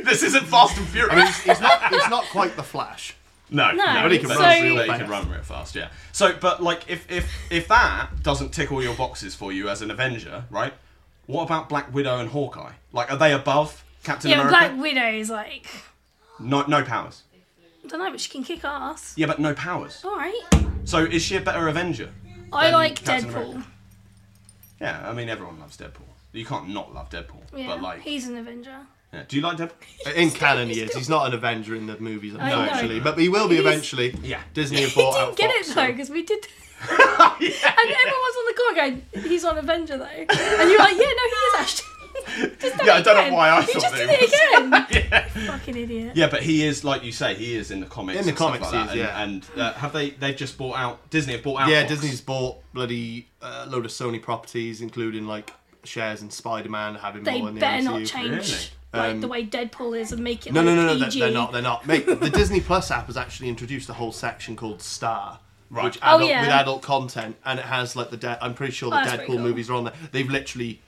A: This isn't Fast and Furious.
C: It's, it's not, it's not quite the Flash.
A: no,
B: No,
C: but he can
B: so
C: run real
A: But he
C: fast.
A: can run real fast, yeah. So, but like, if if if that doesn't tick all your boxes for you as an Avenger, right? What about Black Widow and Hawkeye? Like, are they above Captain
B: Yeah,
A: America?
B: Black Widow is like.
A: No, no powers.
B: I don't know, but she can kick ass.
A: Yeah, but no powers.
B: Alright.
A: So, is she a better Avenger?
B: I
A: Then
B: like
A: Captain
B: Deadpool.
A: America. Yeah, I mean, everyone loves Deadpool. You can't not love Deadpool.
B: Yeah,
A: but like,
B: he's an Avenger.
A: yeah. do you like Deadpool?
C: In canon, he is. He's not an Avenger in the movies, I
B: I
C: know,
B: know.
C: actually. But he will be
B: He's-
C: eventually.
A: Yeah.
C: Disney have
B: He
C: bought
B: didn't
C: out
B: get
C: uh, Fox,
B: it
C: so-
B: though, because we did. and everyone's on the call going, he's on Avenger though. And you're like, yeah, no, he is Ashton. Just done
A: Yeah, I
B: it
A: don't know
B: again.
A: why I
B: You
A: thought
B: just
A: that
B: did
A: he
B: it again. Fucking idiot.
A: Yeah, but he is like you say. He is in the comics.
C: In the
A: and stuff
C: comics,
A: like that,
C: he is, yeah.
A: And, and uh, have they? They've just bought out. Disney have bought out.
C: Yeah,
A: Fox.
C: Disney's bought bloody uh, load of Sony properties, including like shares in Spider-Man, having
B: They
C: more in the
B: better
C: MCU.
B: not change
A: Really?
B: like
C: Um,
B: the way Deadpool is and make it
C: No,
B: like
C: no, no, no, they're,
B: PG.
C: they're not. They're not. Mate, the Disney Plus app has actually introduced a whole section called Star.
A: Right.
C: Which
B: Oh,
C: adult,
B: yeah.
C: With adult content, and it has like the. De- I'm pretty sure the
B: Oh, that's
C: Deadpool
B: pretty cool.
C: movies are on there. They've literally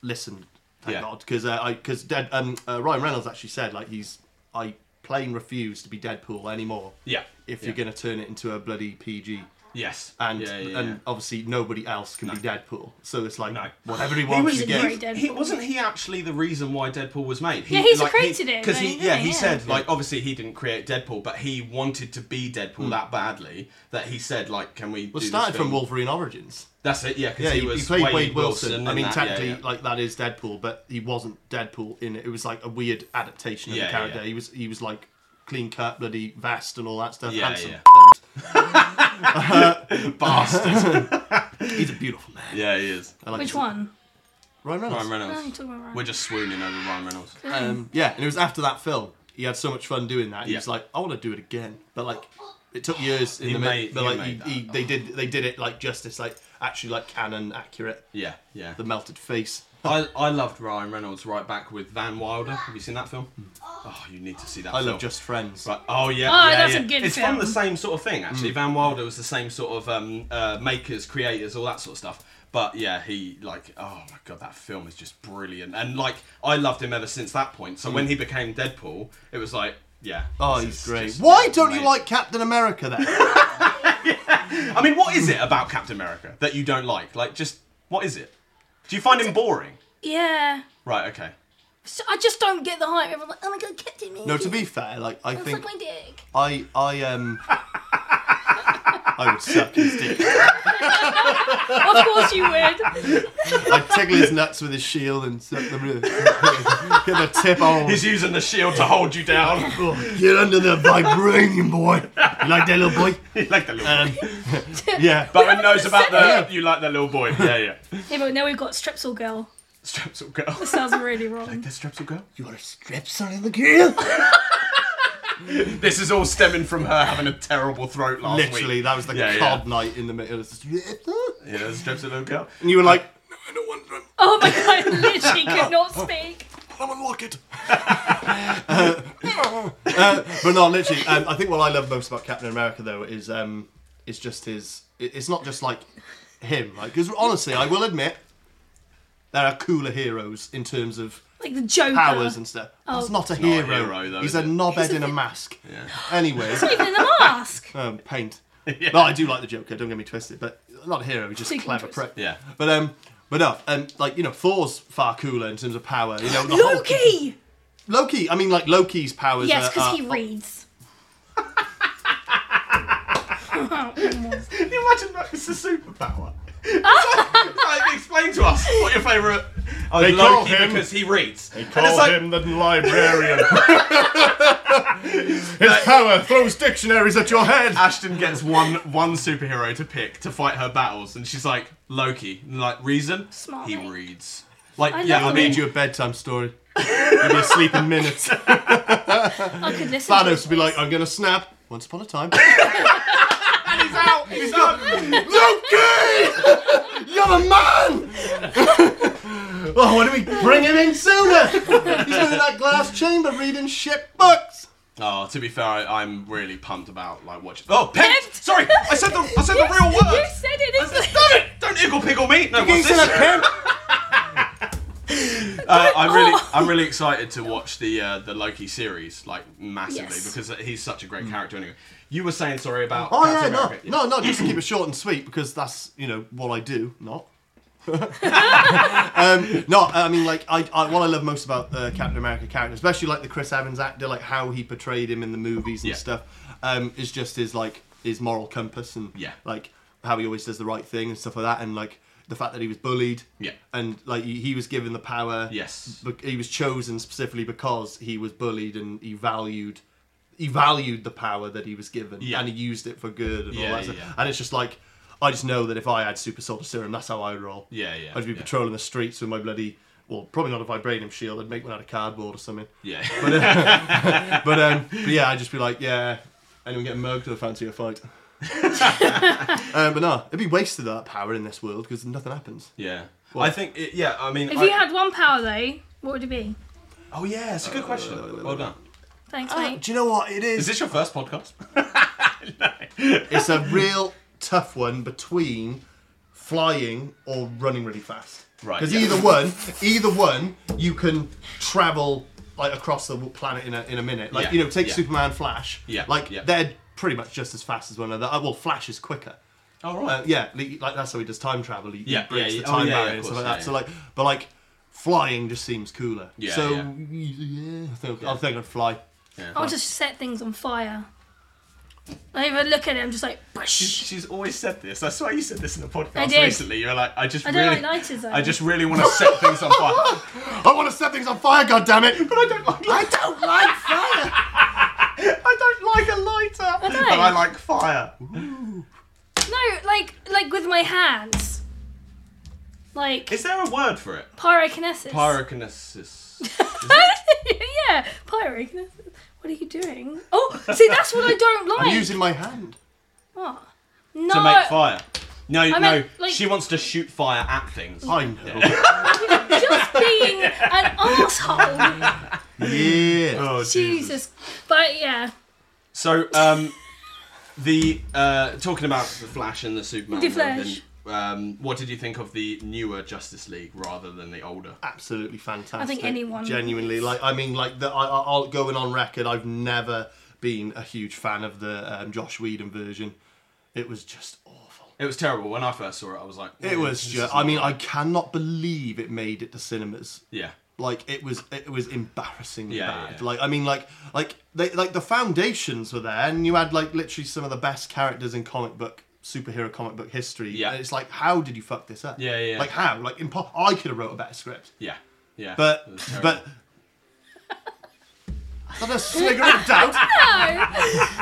C: listened, thank
A: Yeah.
C: God, because uh, I because Dead um, uh, Ryan Reynolds actually said like he's I plain refuse to be Deadpool anymore.
A: Yeah.
C: If
A: Yeah.
C: you're gonna turn it into a bloody PG
A: Yes.
C: and
A: yeah, yeah,
C: and
A: yeah.
C: obviously nobody else can be Deadpool. So it's like
A: No.
C: whatever he
A: He
C: wants
A: was
C: to
B: a great
C: get.
B: Deadpool.
A: He wasn't he actually the reason why Deadpool was made. He,
B: Yeah, he's
A: like,
B: created it,
A: because he
B: like,
A: yeah
B: yeah,
A: he
B: yeah.
A: said like obviously he didn't create Deadpool, but he wanted to be Deadpool that badly that he said like can we?
C: Hmm. Well,
A: do
C: started
A: this
C: from
A: film?
C: Wolverine Origins.
A: That's it. Yeah, because
C: Yeah,
A: he,
C: he, he
A: was
C: played
A: Wade,
C: Wade, Wilson.
A: and
C: I mean,
A: that, yeah,
C: technically,
A: yeah.
C: like that is Deadpool, but he wasn't Deadpool in it. It was like a weird adaptation of
A: Yeah, yeah,
C: the character.
A: yeah.
C: He was he was like clean cut, bloody vest, and all that stuff.
A: Yeah,
C: handsome.
A: yeah.
C: bastard. He's a beautiful man.
A: yeah, he is.
C: I like
B: Which
C: his-
B: one?
C: Ryan Reynolds.
A: Ryan Reynolds.
B: No, Oh, you're talking about Ryan.
A: We're just swooning over Ryan Reynolds.
C: Um, yeah, and it was after that film. He had so much fun doing that. He
A: Yeah.
C: was like, I want to do it again, but like, it took years in
A: You
C: the
A: made-
C: made, but
A: you
C: like,
A: made
C: he, he,
A: that.
C: they did they did it like justice. Like actually like canon accurate.
A: Yeah, yeah.
C: The melted face.
A: I, I loved Ryan Reynolds right back with Van Wilder. Have you seen that film? Oh, you need to see that.
C: Hmm. I
A: film.
C: love Just Friends.
A: Right. Oh yeah,
B: Oh,
A: yeah,
B: that's a
A: yeah.
B: good
A: It's
B: film.
A: from the same sort of thing actually.
C: Mm.
A: Van Wilder was the same sort of um, uh, makers, creators, all that sort of stuff. But yeah, he like oh my god, that film is just brilliant. And like I loved him ever since that point. So when he became Deadpool, it was like yeah.
C: Mm. Oh,
A: this
C: he's
A: is
C: great.
A: just
C: Why don't you
A: amazing.
C: like Captain America then?
A: I mean, what is it about Captain America that you don't like? Like, just what is it? Do you find him boring?
B: Yeah.
A: Right. Okay.
B: So I just don't get the hype. Everyone's like, oh my god, Captain America.
C: no, to be fair, like I
B: It's like
C: think
B: my dick.
C: I I um I would suck his dick.
B: of course you would.
C: I'd tickle his nuts with his shield and suck them. Give a tip on.
A: He's using the shield to hold you down.
C: You're under the vibranium, boy. You like that little boy?
A: You like the little.
C: Um, yeah.
A: Bowen knows about
C: Yeah.
A: the. You like the little boy. Yeah, yeah.
B: Yeah, but now we've got Strepsil Girl.
A: Strepsil girl.
B: This sounds really wrong.
A: The strepsil girl.
C: you want a strip, son of the girl?
A: This is all stemming from her having a terrible throat last
C: Literally,
A: week.
C: that was the
A: Yeah,
C: cod
A: yeah.
C: night in the middle. It was just-
A: Yeah, the strepsil little girl.
C: And you were like, no, I don't want them.
B: Oh my god, I literally could not speak.
C: I'm unlocked. Uh, but no, literally, um, I think what I love most about Captain America though is um, is just his. it- It's not just like him, like because honestly, I will admit there are cooler heroes in terms of
B: Like the Joker.
C: powers and stuff. That's not a hero.
A: hero, though,
C: Oh. He's
A: is
C: a
A: it?
C: knobhead in a mask. Anyway,
B: Even in the mask.
C: um, paint. But I do like the Joker. Don't get me twisted, but not a hero. He's just a
B: Too
C: clever
B: interesting.
C: prick.
A: Yeah.
C: But um. But no, um, like you know, Thor's far cooler in terms of power. You know, the whole-
B: Loki!
C: Loki. I mean, like Loki's powers.
B: Yes,
A: uh,
C: are-
B: because he
C: are-
B: reads.
A: Can you imagine that? It's a superpower. it's like, like, explain to us what your favourite. Oh,
C: They call
A: Loki
C: him-
A: because he reads. They
C: Call him the librarian. His power throws dictionaries at your head.
A: Ashton gets one one superhero to pick to fight her battles, and she's like Loki. And like reason,
B: Smart
A: he
B: mate.
A: reads. Like
B: I
A: yeah,
B: love
A: I
B: him.
A: mean,
C: Need you a bedtime story. You'll be asleep in minutes.
B: I could listen to
C: Thanos
B: this.
C: would be like, "I'm gonna snap." Once upon a time,
A: he's out. He's out.
C: Loki, you're a man. oh, why don't we bring him in sooner? He's in that glass chamber reading shit books.
A: Oh, to be fair, I, I'm really pumped about like watching. Oh, pimped.
B: Pimped!
A: Sorry, I said the I said the
B: You-
A: real word.
B: You said it,
A: I
B: it's
A: said, Damn it! Don't ickle pickle me. No, what's
C: He's in
A: this?
C: a pimp.
A: Uh, I'm really,
B: Oh.
A: I'm really excited to watch the uh, the Loki series like massively
B: Yes.
A: because he's such a great character. Anyway, you were saying sorry about.
C: Oh yeah,
A: Captain
C: no,
A: America.
C: no, no, just to keep it short and sweet because that's you know what I do. Not. um, no, I mean like I, I what I love most about uh, Captain America character, especially like the Chris Evans actor, like how he portrayed him in the movies and
A: Yeah.
C: stuff, um, is just his like his moral compass and
A: Yeah.
C: like how he always does the right thing and stuff like that, and like the fact that he was bullied.
A: Yeah.
C: And like he he was given the power.
A: Yes.
C: Bec- he was chosen specifically because he was bullied and he valued he valued the power that he was given
A: Yeah.
C: and he used it for good and all
A: Yeah,
C: that stuff.
A: yeah.
C: and it's just like I just know that if I had super soldier serum that's how I would roll
A: Yeah, yeah,
C: I'd be
A: yeah.
C: patrolling the streets with my bloody well probably not a vibranium shield I'd make one out of cardboard or something
A: Yeah.
C: but um but yeah I'd just be like yeah anyone getting mugged or fancy a fight um, but no it'd be wasted that power in this world because nothing happens
A: yeah. I think. It, yeah. I mean.
B: If
A: I-
B: you had one power though, what would it be?
A: oh yeah, it's a good question. well done.
B: Thanks,
A: Oh,
C: Ah,
B: mate.
C: do you know what it
A: Is this your first podcast?
C: It's a real tough one between flying or running really fast.
A: Right,
C: Because
A: yeah.
C: either one, either one, you can travel like across the planet in a, in a minute. Like
A: Yeah,
C: you know, take
A: yeah.
C: Superman, Flash.
A: Yeah,
C: Like
A: yeah.
C: they're pretty much just as fast as one another. Uh, Well, Flash is quicker.
A: Oh
C: Uh,
A: right.
C: yeah, li- like that's how he does time travel. He, he
A: Yeah,
C: breaks
A: yeah, yeah.
C: the time
A: Oh, yeah, yeah,
C: barrier
A: of
C: and stuff
A: course,
C: like that.
A: yeah,
C: So
A: yeah.
C: like, but like flying just seems cooler.
A: Yeah,
C: So
A: yeah.
C: yeah, I think, I think I'd fly.
B: I'll just set things on fire. I even look at it, I'm just like, Bush.
A: She's always said this. I swear you said this in a
B: I
A: podcast
B: did.
A: recently. You're like, I just
B: I don't
A: really,
B: like lighters, though.
A: I just really want to set things on fire,
C: I want to set things on fire. God damn it!
A: but I don't like.
C: I don't like fire.
A: I don't like a lighter,
B: don't.
A: but I like fire.
B: No, like like with my hands. Like
A: Is there a word for it?
B: pyrokinesis.
A: Pyrokinesis.
B: yeah, pyrokinesis. What are you doing? Oh, see, that's what I don't like.
C: I'm using my hand.
B: What? No.
A: to make fire. No, no.
B: meant, like-
A: she wants to shoot fire at things.
C: I know.
B: Just being an asshole.
C: yeah.
A: Oh,
B: Jesus. But yeah,
A: So, um, the uh, talking about the Flash and the Superman.
B: The Flash.
A: Robin, um, what did you think of the newer Justice League rather than the older?
C: Absolutely fantastic.
B: anyone-
C: genuinely like. I mean, like the, I, I- I'll go in on record. I've never been a huge fan of the um, Josh Whedon version. It was just awful.
A: It was terrible when I first saw it. I was like,
C: It was
A: "This
C: just.
A: is
C: I mean,
A: not
C: I
A: good."
C: cannot believe it made it to cinemas.
A: yeah,
C: Like it was, it was embarrassingly
A: Yeah,
C: bad.
A: yeah.
C: Like I mean, like like they like the foundations were there, and you had like literally some of the best characters in comic book superhero comic book history.
A: Yeah.
C: and it's like, how did you fuck this up?
A: Yeah, yeah.
C: Like how? Like impo- I could have wrote a better script,
A: yeah, yeah.
C: but
A: It was terrible.
C: but. Is that a snigger of doubt?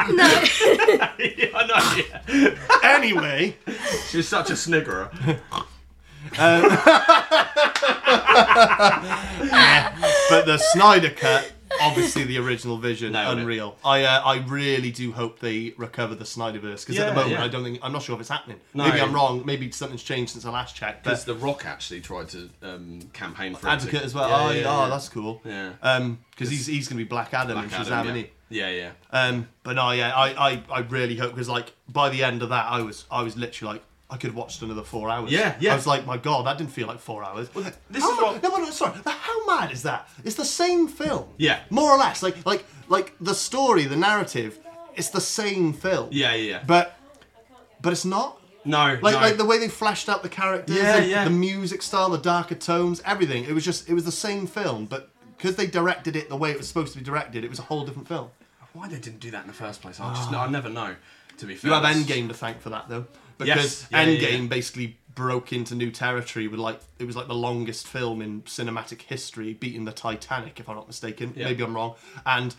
A: yeah, I know. Yeah.
C: anyway,
A: She's such a sniggerer.
C: but the Snyder cut, obviously the original vision,
A: Nailed it.
C: unreal. I uh, I really do hope they recover the Snyderverse because at
A: Yeah,
C: the moment
A: yeah.
C: I don't think I'm not sure if it's happening.
A: No.
C: Maybe I'm wrong. Maybe something's changed since I last checked.
A: Because
C: But
A: the Rock actually tried to um, campaign for it.
C: Advocate as well.
A: Yeah,
C: oh,
A: yeah,
C: yeah,
A: yeah.
C: oh, that's Um, cool.
A: Yeah.
C: because he's he's gonna be Black Adam
A: Black
C: and Shazam,
A: Adam,
C: isn't
A: yeah.
C: he?
A: yeah, yeah.
C: Um, but no, yeah, I, I, I really hope because like by the end of that, I was I was literally like I could have watched another four hours.
A: Yeah, yeah.
C: I was like, my god, that didn't feel like four hours.
A: this
C: How
A: is
C: ma-
A: what-
C: No, no, no, sorry. But how mad is that? It's the same film.
A: Yeah.
C: More or less, like like like the story, the narrative, it's the same film.
A: Yeah, yeah, yeah.
C: But but it's not.
A: No,
C: Like,
A: no.
C: like the way they flashed out the characters,
A: Yeah,
C: and
A: yeah.
C: the music style, the darker tones, everything. It was just, it was the same film, but because they directed it the way it was supposed to be directed, it was a whole different film.
A: Why they didn't do that in the first place? I just, no, I never know. To be fair,
C: You have
A: That's-
C: Endgame to thank for that though,
A: Yes.
C: because
A: Yeah, yeah,
C: Endgame
A: yeah.
C: basically broke into new territory with like it was like the longest film in cinematic history, beating the Titanic, if I'm not mistaken.
A: Yeah.
C: Maybe I'm wrong, and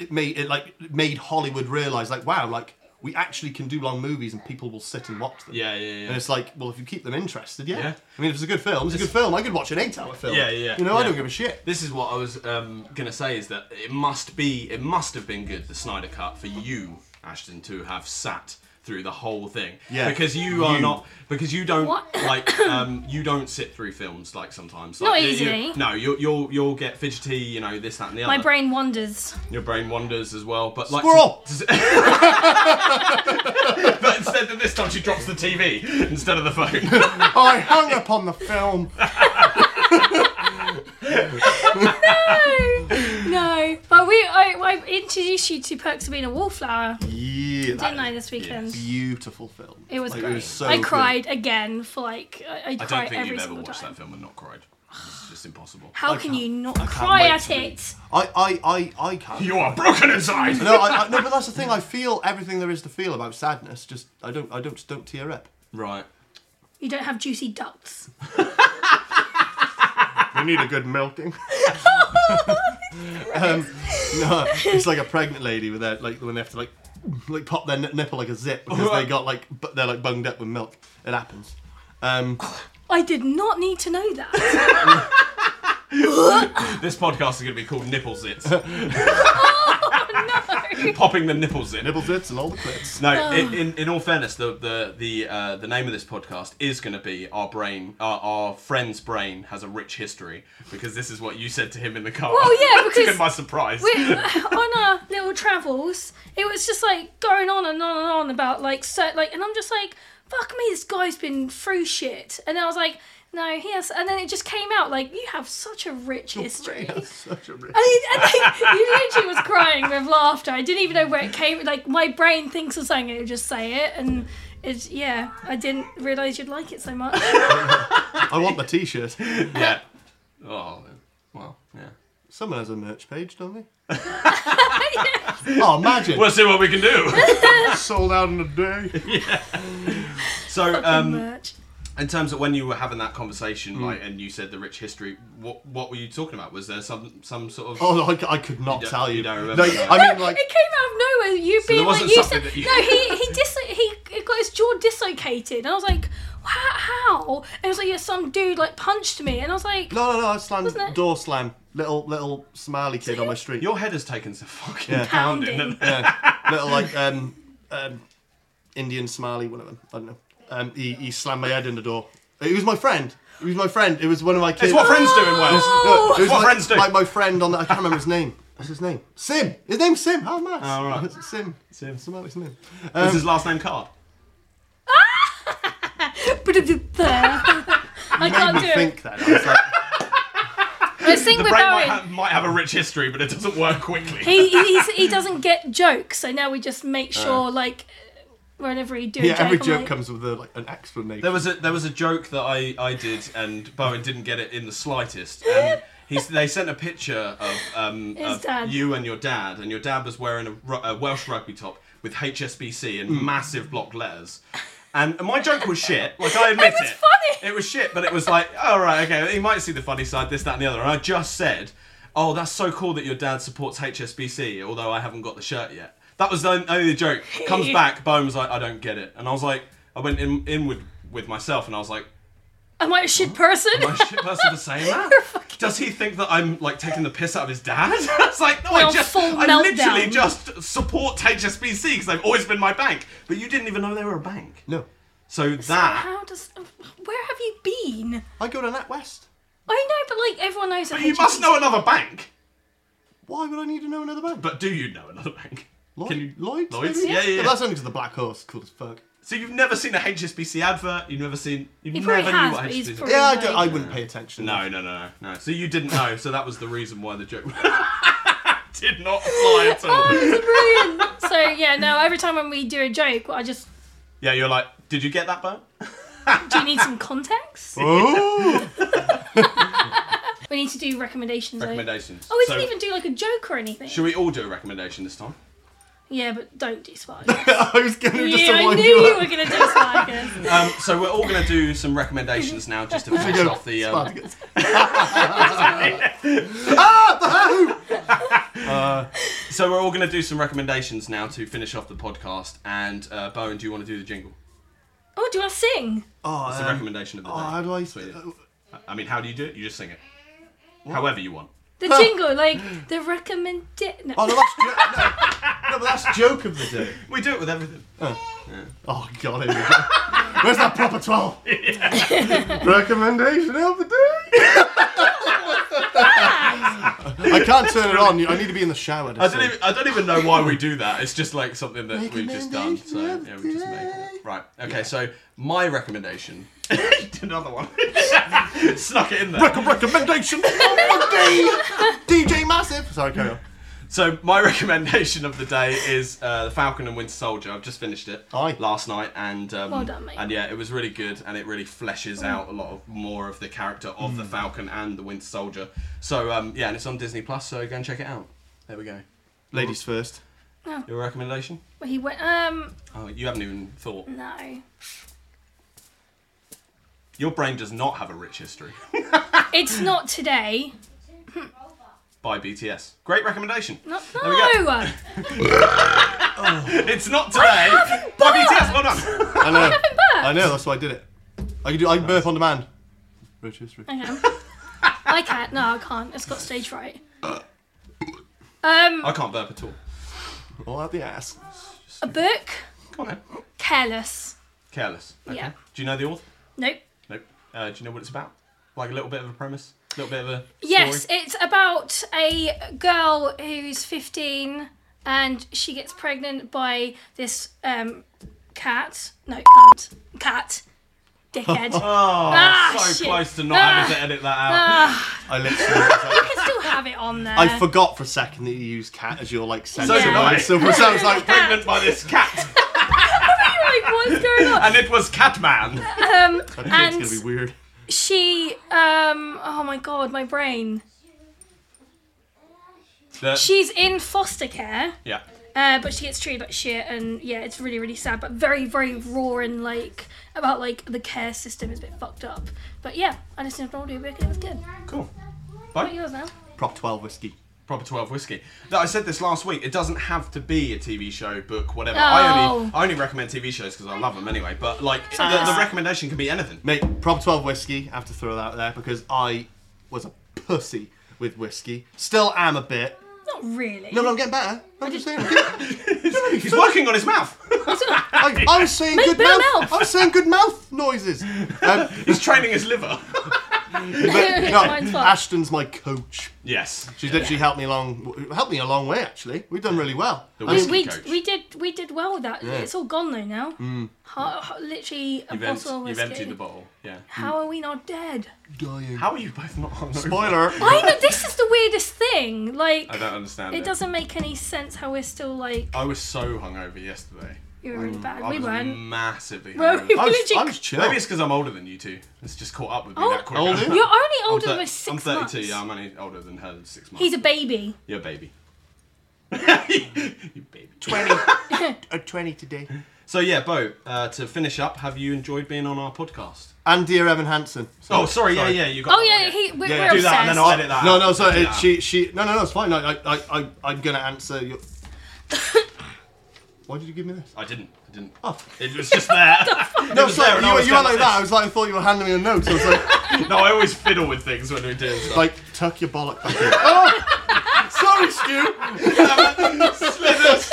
C: it made it like it made Hollywood realize like wow, like we actually can do long movies and people will sit and watch them.
A: Yeah, yeah, yeah.
C: And it's like, well, if you keep them interested, yeah.
A: Yeah.
C: I mean, if it's a good film, it's a good film. I could watch an eight-hour film.
A: Yeah, yeah,
C: You know, I
A: yeah.
C: don't give a shit.
A: This is what I was um, gonna say is that it must be, it must have been good the Snyder Cut for you, Ashton, to have sat through the whole thing.
C: Yeah.
A: Because you are
C: You.
A: not, because you don't
B: What?
A: like, um, you don't sit through films like sometimes. Like,
B: Not
A: you- you-
B: easily.
A: no, you'll you'll you'll get fidgety, you know, this that and the
B: my
A: other.
B: brain wanders.
A: Your brain wanders as well, but like.
C: Squirrel!
A: but instead of this time, she drops the TV instead of the phone.
C: I hung up on the film.
B: No, but we I, I introduced you to Perks of Being a Wallflower,
C: Yeah,
B: didn't I,
C: that
B: this weekend?
C: beautiful film.
B: It was
C: Like,
B: great.
C: It was so
B: I
C: good.
B: cried again for like I, I,
A: I
B: cry
A: don't think
B: every
A: you've ever
B: single
A: watched
B: time.
A: that film and not cried. It's just impossible.
B: How
C: I
B: can
C: can't-
B: you not
C: can't
B: cry
C: wait
B: at
C: to be-
B: it?
C: I, I, I, I can't.
A: You are broken inside.
C: no, I, I, no, but that's the thing. I feel everything there is to feel about sadness. Just I don't, I don't, just don't tear up.
A: Right.
B: You don't have juicy ducts.
C: We need a good melting. um, no, it's like a pregnant lady with their like when they have to like like pop their n- nipple like a zip because they got like bu- they're like bunged up with milk. It happens. Um,
B: I did not need to know that.
A: This podcast is going to be called Nipple Zits. Popping the nipples in.
C: nibble zits and all the clits.
A: No, in, in, in all fairness, the the the uh, the name of this podcast is going to be our brain. Our, our friend's brain has a rich history because this is what you said to him in the car.
B: Well, yeah,
A: took
B: because-
A: him by surprise.
B: We- on our Oh, little travels, it was just like going on and on and on about like so like, and I'm just like, fuck me, this guy's been through shit, and I was like, no, he has, and then it just came out like you have such a rich history.
C: Such a rich.
B: And he, and he, he literally was crying with laughter. I didn't even know where it came. Like my brain thinks of something, and it'll just say it. And it's yeah, I didn't realize you'd like it so much.
C: I want the t-shirt.
A: yeah. Oh, well, yeah.
C: Someone has a merch page, don't they? Oh, imagine.
A: We'll see what we can do.
C: sold out in a day.
A: so, um,
B: Merch.
A: in terms of when you were having that conversation,
C: Hmm.
A: like, and you said the rich history, what what were you talking about? Was there some some sort of
C: Oh, no, I, c- I could not
A: don't-
C: tell you.
A: you don't remember
C: No,
A: that.
C: I mean,
B: No,
C: like,
B: it came out of nowhere. You
A: there
B: being like
A: wasn't
B: you
A: something
B: said,
A: that you-
B: no, he he dis- he got his jaw dislocated, and I was like, "Wha- how? And it was like, yeah, some dude like punched me, and I was like,
C: no, no, no. I slammed
B: Wasn't it?
C: door slam. Little little Somali kid on my street.
A: your head has taken some fucking
C: Yeah.
A: pounding.
B: Pounding.
C: Yeah, little like um, um, Indian Somali, one of them. I don't know. um, he, he slammed my head in the door. It was my friend. It was my friend. It was one of my kids.
A: It's what friends do in
C: It was-
A: Wales.
C: no, it was
A: What
C: my,
A: friends do.
C: My, my friend on that. I can't remember his name. What's his name? Sim. His name's Sim. How nice.
A: Oh, right.
C: Sim.
A: Sim.
C: What's his name?
A: Is his last name Card?
B: I can't do
C: made me
B: it.
C: think that. I was like,
B: I sing
A: The
B: with
A: brain might
B: Bowen.
A: have, might have a rich history, but it doesn't work quickly.
B: He, he, he's- he doesn't get jokes, so now we just make
A: Uh.
B: sure, like, whenever he do a
C: yeah, every
B: I'm
C: joke
B: like,
C: comes with a, like an explanation.
A: There was a there was a joke that I, I did and Bowen didn't get it in the slightest. And he's, they sent a picture of, um,
B: His
A: of
B: dad.
A: you and your dad, and your dad was wearing a, ru- a Welsh rugby top with HSBC in
C: Hmm.
A: massive block letters. And my joke was shit. Like I admit it.
B: was funny.
A: It was shit, but it was like, all right, okay, he might see the funny side, this, that, and the other. And I just said, oh, that's so cool that your dad supports HSBC, although I haven't got the shirt yet. That was the only the joke. Comes back, Bowen was like, I don't get it, and I was like, I went in inward with myself, and I was like,
B: Am I a shit person?
A: am I a shit person for saying that? Does he think that I'm like taking the piss out of his dad? It's like, no, I
B: Well,
A: just,
B: full
A: I literally
B: meltdown.
A: just support HSBC because they've always been my bank. But you didn't even know they were a bank.
C: no.
A: So that.
B: How does. Where have you been?
C: I go to NatWest.
B: I know, but, like, everyone knows
A: But
B: that
A: you must know another bank.
C: Why would I need to know another bank?
A: But do you know another bank?
C: Lloyd,
A: Can you,
C: Lloyd,
A: Lloyd's?
C: maybe?
A: Yeah, yeah, yeah.
C: But that's only because the black horse is cool as fuck.
A: So you've never seen a HSBC advert. You've never seen. You've
B: He
A: never
B: probably has,
A: knew what
B: but he's
A: HSBC.
B: probably-
C: Yeah, I, don't, I wouldn't pay attention.
A: No, no, no, no, no. So you didn't know. So that was the reason why the joke did not fly at
B: Oh.
A: all.
B: Brilliant. so, yeah, no, every time when we do a joke, I just.
A: Yeah, you're like, did you get that, Bo?
B: Do you need some context?
C: Oh,
B: We need to do recommendations. though.
A: Recommendations.
B: Oh, we
A: so,
B: didn't even do, like, a joke or anything.
A: Should we all do a recommendation this time?
B: Yeah, but don't do Spartacus.
C: I was going to just
B: yeah,
C: to
B: I
C: wind
B: knew
C: you
B: you
C: up.
B: were going to do Spartacus.
A: Um, so we're all going to do some recommendations now, just to finish
C: Go,
A: off the. Um,
C: Spartacus.
A: so we're all going to do some recommendations now to finish off the podcast. And uh, Bowen, do you want to do the jingle?
B: oh, do I sing?
C: Oh,
A: It's
C: um,
A: the recommendation of the
C: oh,
A: day.
C: how do I?
A: That's what you do. I mean, how do you do it? You just sing it, however you want.
B: The jingle, like the recommend. No.
C: Oh no, that's jo- no, no, but that's joke of the day.
A: We do it with everything.
C: Oh god, here we go. Where's that proper twelve? Recommendation of the day. I can't turn it on. I need to be in the shower. To
A: I don't even I don't even know why we do that. It's just like something that we've just done. So
C: Recommendation
A: yeah, we just make it. Right. Okay. So my recommendation. Another one. Snuck it in there.
C: recommendation of the day. DJ Massive. Sorry, carry on.
A: So my recommendation of the day is uh, the Falcon and Winter Soldier. I've just finished it
C: Aye.
A: last night, and um,
B: Well done, mate. Mm.
A: and yeah, it was really good, and it really fleshes out a lot of more of the character of the Falcon and the Winter Soldier. So um, yeah, and it's on Disney Plus. So go and check it out. There we go.
C: Ladies first.
A: Your recommendation?
B: Well, he went. Um,
A: Oh, you haven't even thought.
B: no.
A: Your brain does not have a rich history.
B: It's not today.
A: By BTS. Great recommendation.
B: Not
A: There we
B: no.
A: It's not today. By BTS. Well done.
C: I know. I know. That's why I did it. I can do. I can burp on demand. Rich history.
B: Okay. I can't. No, I can't. It's got stage fright. Um,
A: I can't burp at all.
C: All out the ass.
B: a book.
A: Come on then.
B: Careless.
A: Careless. Okay.
B: Yeah.
A: Do you know the author?
B: Nope.
A: Nope. Uh, do you know what it's about? Like a little bit of a premise, a little bit of a
B: Yes,
A: story?
B: it's about a girl who's 15 and she gets pregnant by this um, cat. No, cunt. Cat. Dickhead.
A: Oh,
B: Ah,
A: so
B: shit.
A: close to not having to edit that out.
B: Ah,
C: I literally. was like-
B: I can still have it on there.
C: I forgot for a second that you used cat as your like
A: So
C: censor.
A: did
B: Yeah.
A: I.
C: word. So it sounds like
A: Pregnant by this cat,
B: like, what's going on?
A: and it was Catman.
B: Um,
C: it's gonna
B: and
C: be weird.
B: she, um, oh my god, my brain.
A: The-
B: She's in foster care,
A: yeah.
B: uh, but she gets treated like shit, and yeah, it's really, really sad, but very, very raw and like about like the care system is a bit fucked up. But yeah, I listened to an audiobook and it was good.
A: Cool.
B: What are yours now?
C: Prop twelve whiskey.
A: Proper 12 whiskey. No, I said this last week. It doesn't have to be a TV show, book, whatever. I only
B: Oh. Ah.
A: I only recommend TV shows because I love them anyway. But like the, the recommendation can be anything.
C: Mate, Prop 12 whiskey, I have to throw that out there because I was a pussy with whiskey. Still am a bit.
B: Not really.
C: No, no, I'm getting better. I'm just saying. I'm getting-
A: He's working on his mouth.
C: I, I was saying
B: Make
C: good
B: better
C: mouth.
B: mouth.
C: I was saying good mouth noises. Um,
A: He's training his liver.
C: but, no,
B: Mine's fine.
C: Ashton's my coach.
A: yes.
C: She's literally helped me along, helped me a long way. Actually, we've done really well.
A: The
C: And-
B: We,
A: whiskey
B: we,
A: coach. Mm.
B: we did we did well with that. It's all gone though now. Ha- ha- literally a
A: You've,
B: bottle of
A: empt- you've
B: whiskey.
A: emptied the bottle. Yeah.
B: How are we not dead?
C: dying.
A: How are you both not hungover?
C: Spoiler.
B: I know this is the weirdest thing. Like
A: I don't understand. It,
B: it doesn't make any sense how we're still like
A: I was so hungover yesterday.
B: you were really bad.
A: Mm. I
B: We
A: was
B: weren't.
A: massively
B: Well,
A: hungover.
B: we
C: I was,
B: literally.
C: I was chill.
A: Maybe it's because I'm older than you two. It's just caught up with me
B: Oh,
A: that quick.
C: Older?
A: I'm
B: You're only older
C: thir-
B: by six
A: I'm 32.
B: months.
A: Yeah, I'm only older than her than six months.
B: He's a baby.
A: You're a baby. you baby.
C: twenty. uh, twenty today.
A: So yeah, Bo. Uh, to finish up, have you enjoyed being on our podcast?
C: And dear Evan Hansen.
A: Oh, sorry. Yeah, yeah. You got.
B: Oh yeah, he, we're,
A: Yeah,
B: we're
A: do
B: obsessed.
A: that and then I'll edit that.
C: No, no, sorry.
A: Yeah.
C: it- She, she. No, no, no. It's fine. I, I, I, I I'm gonna answer your. Why did you give me this?
A: I didn't. I didn't.
C: Oh.
A: It was just there. It
C: No,
A: was there
C: sorry.
A: and
C: You,
A: I
C: were-
A: was
C: you were
A: going
C: like that. I was like, I thought you were handing me a note. So I was like,
A: this. No, I always fiddle with things when we're doing stuff.
C: like tuck your bollock back in. Oh, sorry, Stu.
A: Slithers.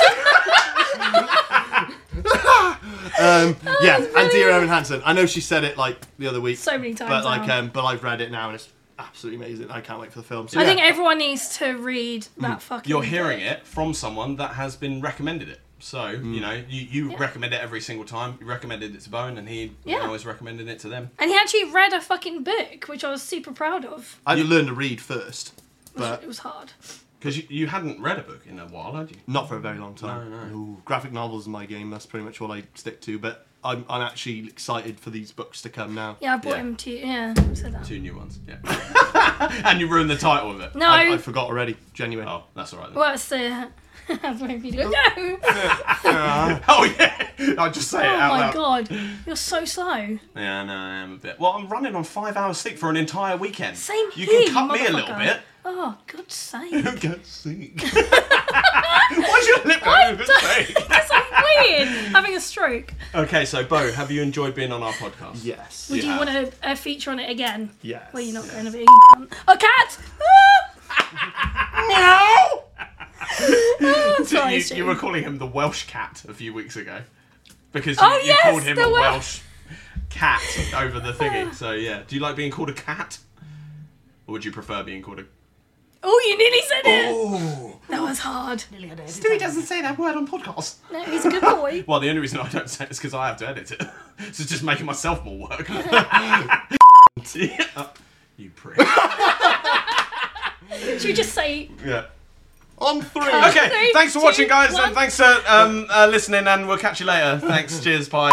C: Um, yeah, and dear Evan Hansen. I know she said it like the other week.
B: Oh, So many times
C: But like,
B: now.
C: um, but I've read it now and it's absolutely amazing. I can't wait for the film. So,
B: I
C: yeah.
B: think everyone needs to read that fucking.
A: Mm. You're hearing it from someone that has been recommended it. So you know, you, you recommend it every single time. You recommended it to Bone, and he
B: Yeah.
A: always recommended it to them.
B: And he actually read a fucking book, which I was super proud of.
C: I had to learn to read first, but
B: it was hard.
A: Because you, you hadn't read a book in a while, had you?
C: Not for a very long time.
A: No, no.
C: Ooh, graphic novels in my game. That's pretty much all I stick to. But I'm, I'm actually excited for these books to come now.
B: Yeah, I bought
A: Yeah.
B: him to yeah. Said that.
A: Two new ones. Yeah. and you ruined the title of it.
B: No,
C: I, I forgot already. Genuine.
A: Oh, that's all right. Then.
B: well, it's the. That's my video. No.
A: Oh yeah. I'll just say it
B: Oh
A: out
B: my
A: loud.
B: god, you're so slow.
A: Yeah, no, I am a bit. Well, I'm running on five hours sleep for an entire weekend.
B: Same
A: You
B: here.
A: can cut me a little
B: motherfucker.
A: bit.
B: Oh, God's sake.
A: Get sick. Why's your lip going over the
B: That's weird. Having a stroke.
A: Okay, so Bo, have you enjoyed being on our podcast?
C: Yes.
B: Would
A: Yeah.
B: you want to uh, feature on it again?
C: Yes.
B: Well, you're not going to be. Oh, cat! Ah!
A: No.
B: That's what I
A: you,
B: assumed.
A: you were calling him the Welsh cat a few weeks ago because you,
B: Oh,
A: you
B: yes,
A: called him
B: the
A: a
B: Wel-
A: Welsh cat over the thingy. So yeah, do you like being called a cat, or would you prefer being called a?
B: Oh, you nearly said it.
A: Oh,
B: That was hard.
A: Stewie doesn't say that word on podcasts.
B: No, he's a good boy.
A: Well, the only reason I don't say it is because I have to edit it. so it's just making myself more work. Yeah. You prick.
B: Should we just say?
A: Yeah.
C: On three.
A: Okay,
B: Three,
A: thanks for
B: two,
A: watching, guys,
B: one.
A: and thanks for um, uh, listening, and we'll catch you later. Thanks, cheers, bye.